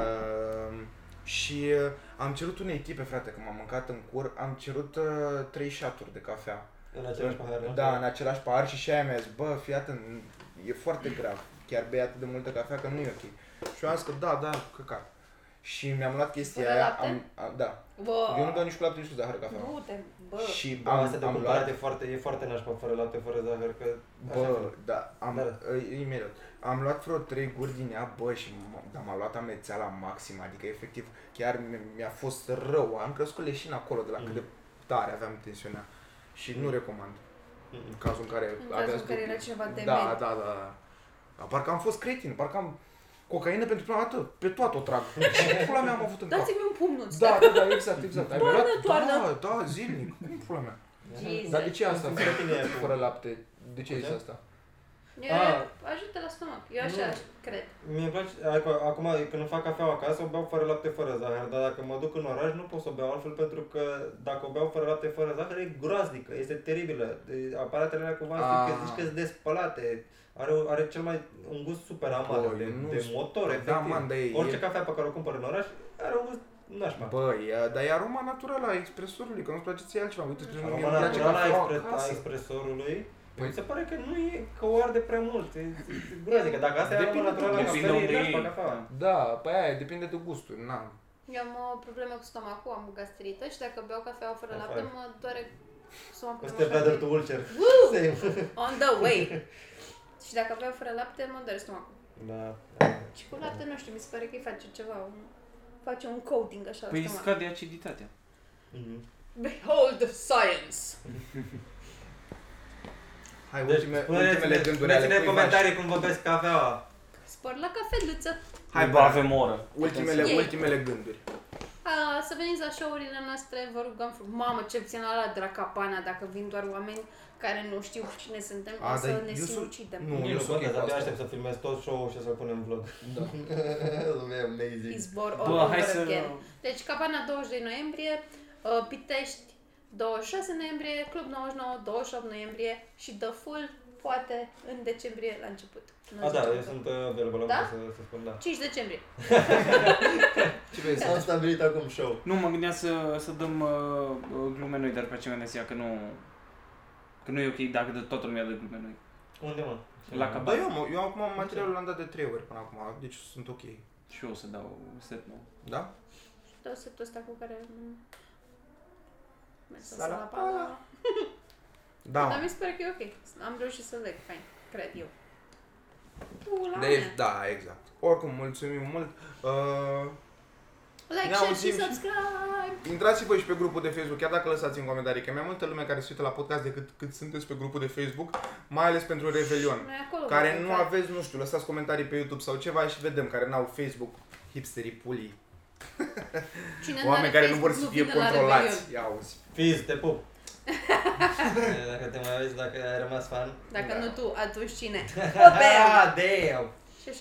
[SPEAKER 4] Uh, și uh, am cerut unei echipe, frate, că m-am mâncat în cur, am cerut uh, trei șaturi de cafea.
[SPEAKER 2] În același pahar. nu?
[SPEAKER 4] Da, în același pahar și și aia mi-a zis, bă, fii atent, e foarte grav, chiar bei atât de multă cafea că nu e ok. Și eu am zis că da, da, căcat. Și mi-am luat chestia
[SPEAKER 1] Fără
[SPEAKER 4] aia,
[SPEAKER 1] lapte?
[SPEAKER 4] am, a, da, eu nu
[SPEAKER 1] Bă,
[SPEAKER 4] dau nici cu lapte, nici cu zahăr cafea.
[SPEAKER 1] du-te, bă.
[SPEAKER 4] Și
[SPEAKER 2] Bă, asta
[SPEAKER 4] am,
[SPEAKER 2] de
[SPEAKER 4] am
[SPEAKER 2] cumpărate
[SPEAKER 4] luat,
[SPEAKER 2] foarte, e foarte nașpa fără lapte, fără zahăr, că... așa
[SPEAKER 4] Bă,
[SPEAKER 2] e.
[SPEAKER 4] da, am,
[SPEAKER 2] Da,
[SPEAKER 4] uh, imediat. Am luat vreo trei guri din ea, bă, și m- dar m-a luat amețeala maxim, adică efectiv chiar mi- mi-a fost rău. Am crescut leșin acolo de la cât de tare aveam tensiunea și nu recomand.
[SPEAKER 2] Mm.
[SPEAKER 4] În cazul în care
[SPEAKER 1] În cazul
[SPEAKER 4] aveați
[SPEAKER 1] în care
[SPEAKER 4] dubii.
[SPEAKER 1] era cineva dement.
[SPEAKER 4] Da, da, da, da. Dar Parcă am fost cretin, parcă am cocaină pentru prima dată, pe toată o trag. Ce pula mea am avut în cap?
[SPEAKER 1] Dați-mi un pumn, nu
[SPEAKER 4] Da, da, da, exact, exact. Ai
[SPEAKER 1] Toarnă,
[SPEAKER 4] luat?
[SPEAKER 1] toarnă.
[SPEAKER 4] Da, da, zilnic. Cum pula mea?
[SPEAKER 1] Jesus.
[SPEAKER 4] Dar de ce asta
[SPEAKER 2] Sunt cretin
[SPEAKER 4] fără,
[SPEAKER 2] ea cu-
[SPEAKER 4] fără lapte? De ce ai zis
[SPEAKER 2] Uite.
[SPEAKER 4] asta?
[SPEAKER 1] Eu
[SPEAKER 2] Ah.
[SPEAKER 1] ajută la stomac. Eu așa cred.
[SPEAKER 2] Mie place, adică, acum când fac cafea acasă o beau fără lapte fără zahăr, dar dacă mă duc în oraș nu pot să o beau altfel pentru că dacă o beau fără lapte fără zahăr e groaznică, este teribilă. E, Aparatele alea cumva
[SPEAKER 4] Ah.
[SPEAKER 2] ah. că zici că sunt despălate, are, o- are cel mai, un gust super amar
[SPEAKER 4] Băi,
[SPEAKER 2] de,
[SPEAKER 4] Păi, nu
[SPEAKER 2] de
[SPEAKER 4] știu.
[SPEAKER 2] motor, efectiv.
[SPEAKER 4] Da, man, dar e-
[SPEAKER 2] Orice
[SPEAKER 4] e-
[SPEAKER 2] cafea pe care o cumpăr în oraș are un gust nașpa.
[SPEAKER 4] Băi, e- dar e aroma naturală a expresorului, că nu-ți place ție altceva. Uite, deci nu
[SPEAKER 2] Aroma
[SPEAKER 4] mi-e place
[SPEAKER 2] naturală a,
[SPEAKER 4] cafeaua
[SPEAKER 2] expre- a
[SPEAKER 4] acasă.
[SPEAKER 2] expresorului
[SPEAKER 4] Păi-
[SPEAKER 2] mi se pare că nu e, că o arde prea mult, e, e groaznică. Dacă asta e aroma
[SPEAKER 4] Depinde-
[SPEAKER 2] naturală a
[SPEAKER 5] depinde
[SPEAKER 2] cafelei,
[SPEAKER 5] unde
[SPEAKER 2] e nașpa
[SPEAKER 5] e.
[SPEAKER 2] cafeaua.
[SPEAKER 4] Da, păi aia, depinde de gustul, na.
[SPEAKER 1] Eu am o problemă cu stomacul, am gastrită și dacă beau cafea fără
[SPEAKER 2] Afară.
[SPEAKER 1] lapte, mă doare stomacul.
[SPEAKER 2] O să
[SPEAKER 1] de
[SPEAKER 2] te
[SPEAKER 1] așa
[SPEAKER 2] vadă
[SPEAKER 1] de-
[SPEAKER 2] tu ulcer. Same.
[SPEAKER 1] On the way! și dacă beau fără lapte, mă doare stomacul.
[SPEAKER 2] Da.
[SPEAKER 1] Și cu lapte, nu știu, mi se pare că îi face ceva, un, face un coating așa
[SPEAKER 5] Păi
[SPEAKER 1] la stomac.
[SPEAKER 5] scade aciditatea.
[SPEAKER 2] Mhm.
[SPEAKER 1] Behold the science!
[SPEAKER 4] Hai,
[SPEAKER 2] Deci,
[SPEAKER 4] ultime, ultimele
[SPEAKER 2] spuneți-ne
[SPEAKER 4] gânduri ale
[SPEAKER 2] spuneți-ne în
[SPEAKER 4] cuiva și-
[SPEAKER 2] comentarii cum vă bezi cafeaua.
[SPEAKER 1] Spor la cafeluță!
[SPEAKER 4] Hai,
[SPEAKER 5] bă,
[SPEAKER 4] bă,
[SPEAKER 5] Păi avem o oră.
[SPEAKER 4] ultimele,
[SPEAKER 1] Ei.
[SPEAKER 4] ultimele gânduri.
[SPEAKER 1] A, să veniți la show-urile noastre, vă rugăm frumos. Mamă, ce puțin la Dracapana, dacă vin doar oameni care nu știu cine suntem,
[SPEAKER 4] A,
[SPEAKER 1] o să
[SPEAKER 4] dar
[SPEAKER 1] ne
[SPEAKER 4] eu sunt-
[SPEAKER 1] sinucidem.
[SPEAKER 4] Nu, eu sunt ok cu
[SPEAKER 2] abia
[SPEAKER 4] asta.
[SPEAKER 2] aștept să filmez tot show-ul și să-l punem în vlog.
[SPEAKER 4] Da.
[SPEAKER 2] E amazing.
[SPEAKER 1] Izbor
[SPEAKER 5] Bă,
[SPEAKER 1] all
[SPEAKER 5] hai
[SPEAKER 1] over
[SPEAKER 5] să...
[SPEAKER 1] again. Deci, Capana 22 noiembrie, uh, Pitești 26 noiembrie, Club 99 28 noiembrie și The Full poate în decembrie la început. Nu
[SPEAKER 2] A, da,
[SPEAKER 1] zicem
[SPEAKER 2] eu
[SPEAKER 1] că-
[SPEAKER 2] sunt uh, available,
[SPEAKER 1] Da?
[SPEAKER 2] am vrut să, să spun da.
[SPEAKER 1] 5 decembrie.
[SPEAKER 4] Ce vezi?
[SPEAKER 2] Am stabilit acum show.
[SPEAKER 5] Nu, mă gândeam să, să dăm uh, uh, glume noi, dar pe ce mi-am că nu... Că nu e ok dacă de toată lumea dă glume noi.
[SPEAKER 2] Unde, mă?
[SPEAKER 5] La cap.
[SPEAKER 4] Bă, eu, mă, eu acum materialul l-am dat de trei ori până acum, deci sunt ok.
[SPEAKER 5] Și eu o să dau un set nou.
[SPEAKER 4] Da?
[SPEAKER 1] Tot setul ăsta cu care... mm, mers la
[SPEAKER 4] Sala
[SPEAKER 1] sala Paula. Dar
[SPEAKER 4] Da.
[SPEAKER 1] mi se pare că e ok. Am reușit să leg, fain, cred eu. Pula mea.
[SPEAKER 4] Deci, da, exact. Oricum, mulțumim mult. Uh,
[SPEAKER 1] Like,
[SPEAKER 4] Ne
[SPEAKER 1] share și
[SPEAKER 4] auzim și-
[SPEAKER 1] subscribe!
[SPEAKER 4] Intrați și voi și pe grupul de Facebook, chiar dacă lăsați în comentarii, că e mai multă lume care se uită la podcast decât cât sunteți pe grupul de Facebook, mai ales pentru Revelion.
[SPEAKER 1] Noi acolo
[SPEAKER 4] Care
[SPEAKER 1] vom
[SPEAKER 4] nu
[SPEAKER 1] intra.
[SPEAKER 4] aveți, nu știu, lăsați comentarii pe YouTube sau ceva și vedem, care n-au Facebook, hipsterii, pulii,
[SPEAKER 1] Cine
[SPEAKER 4] oameni care nu vor să fie controlați.
[SPEAKER 1] controlați.
[SPEAKER 4] Ia auzi.
[SPEAKER 2] Fiz, te pup. Eh, dacă te mai auzi, dacă ai rămas fan.
[SPEAKER 1] Dacă
[SPEAKER 4] Da.
[SPEAKER 1] nu tu, atunci cine?
[SPEAKER 2] Ah, damn!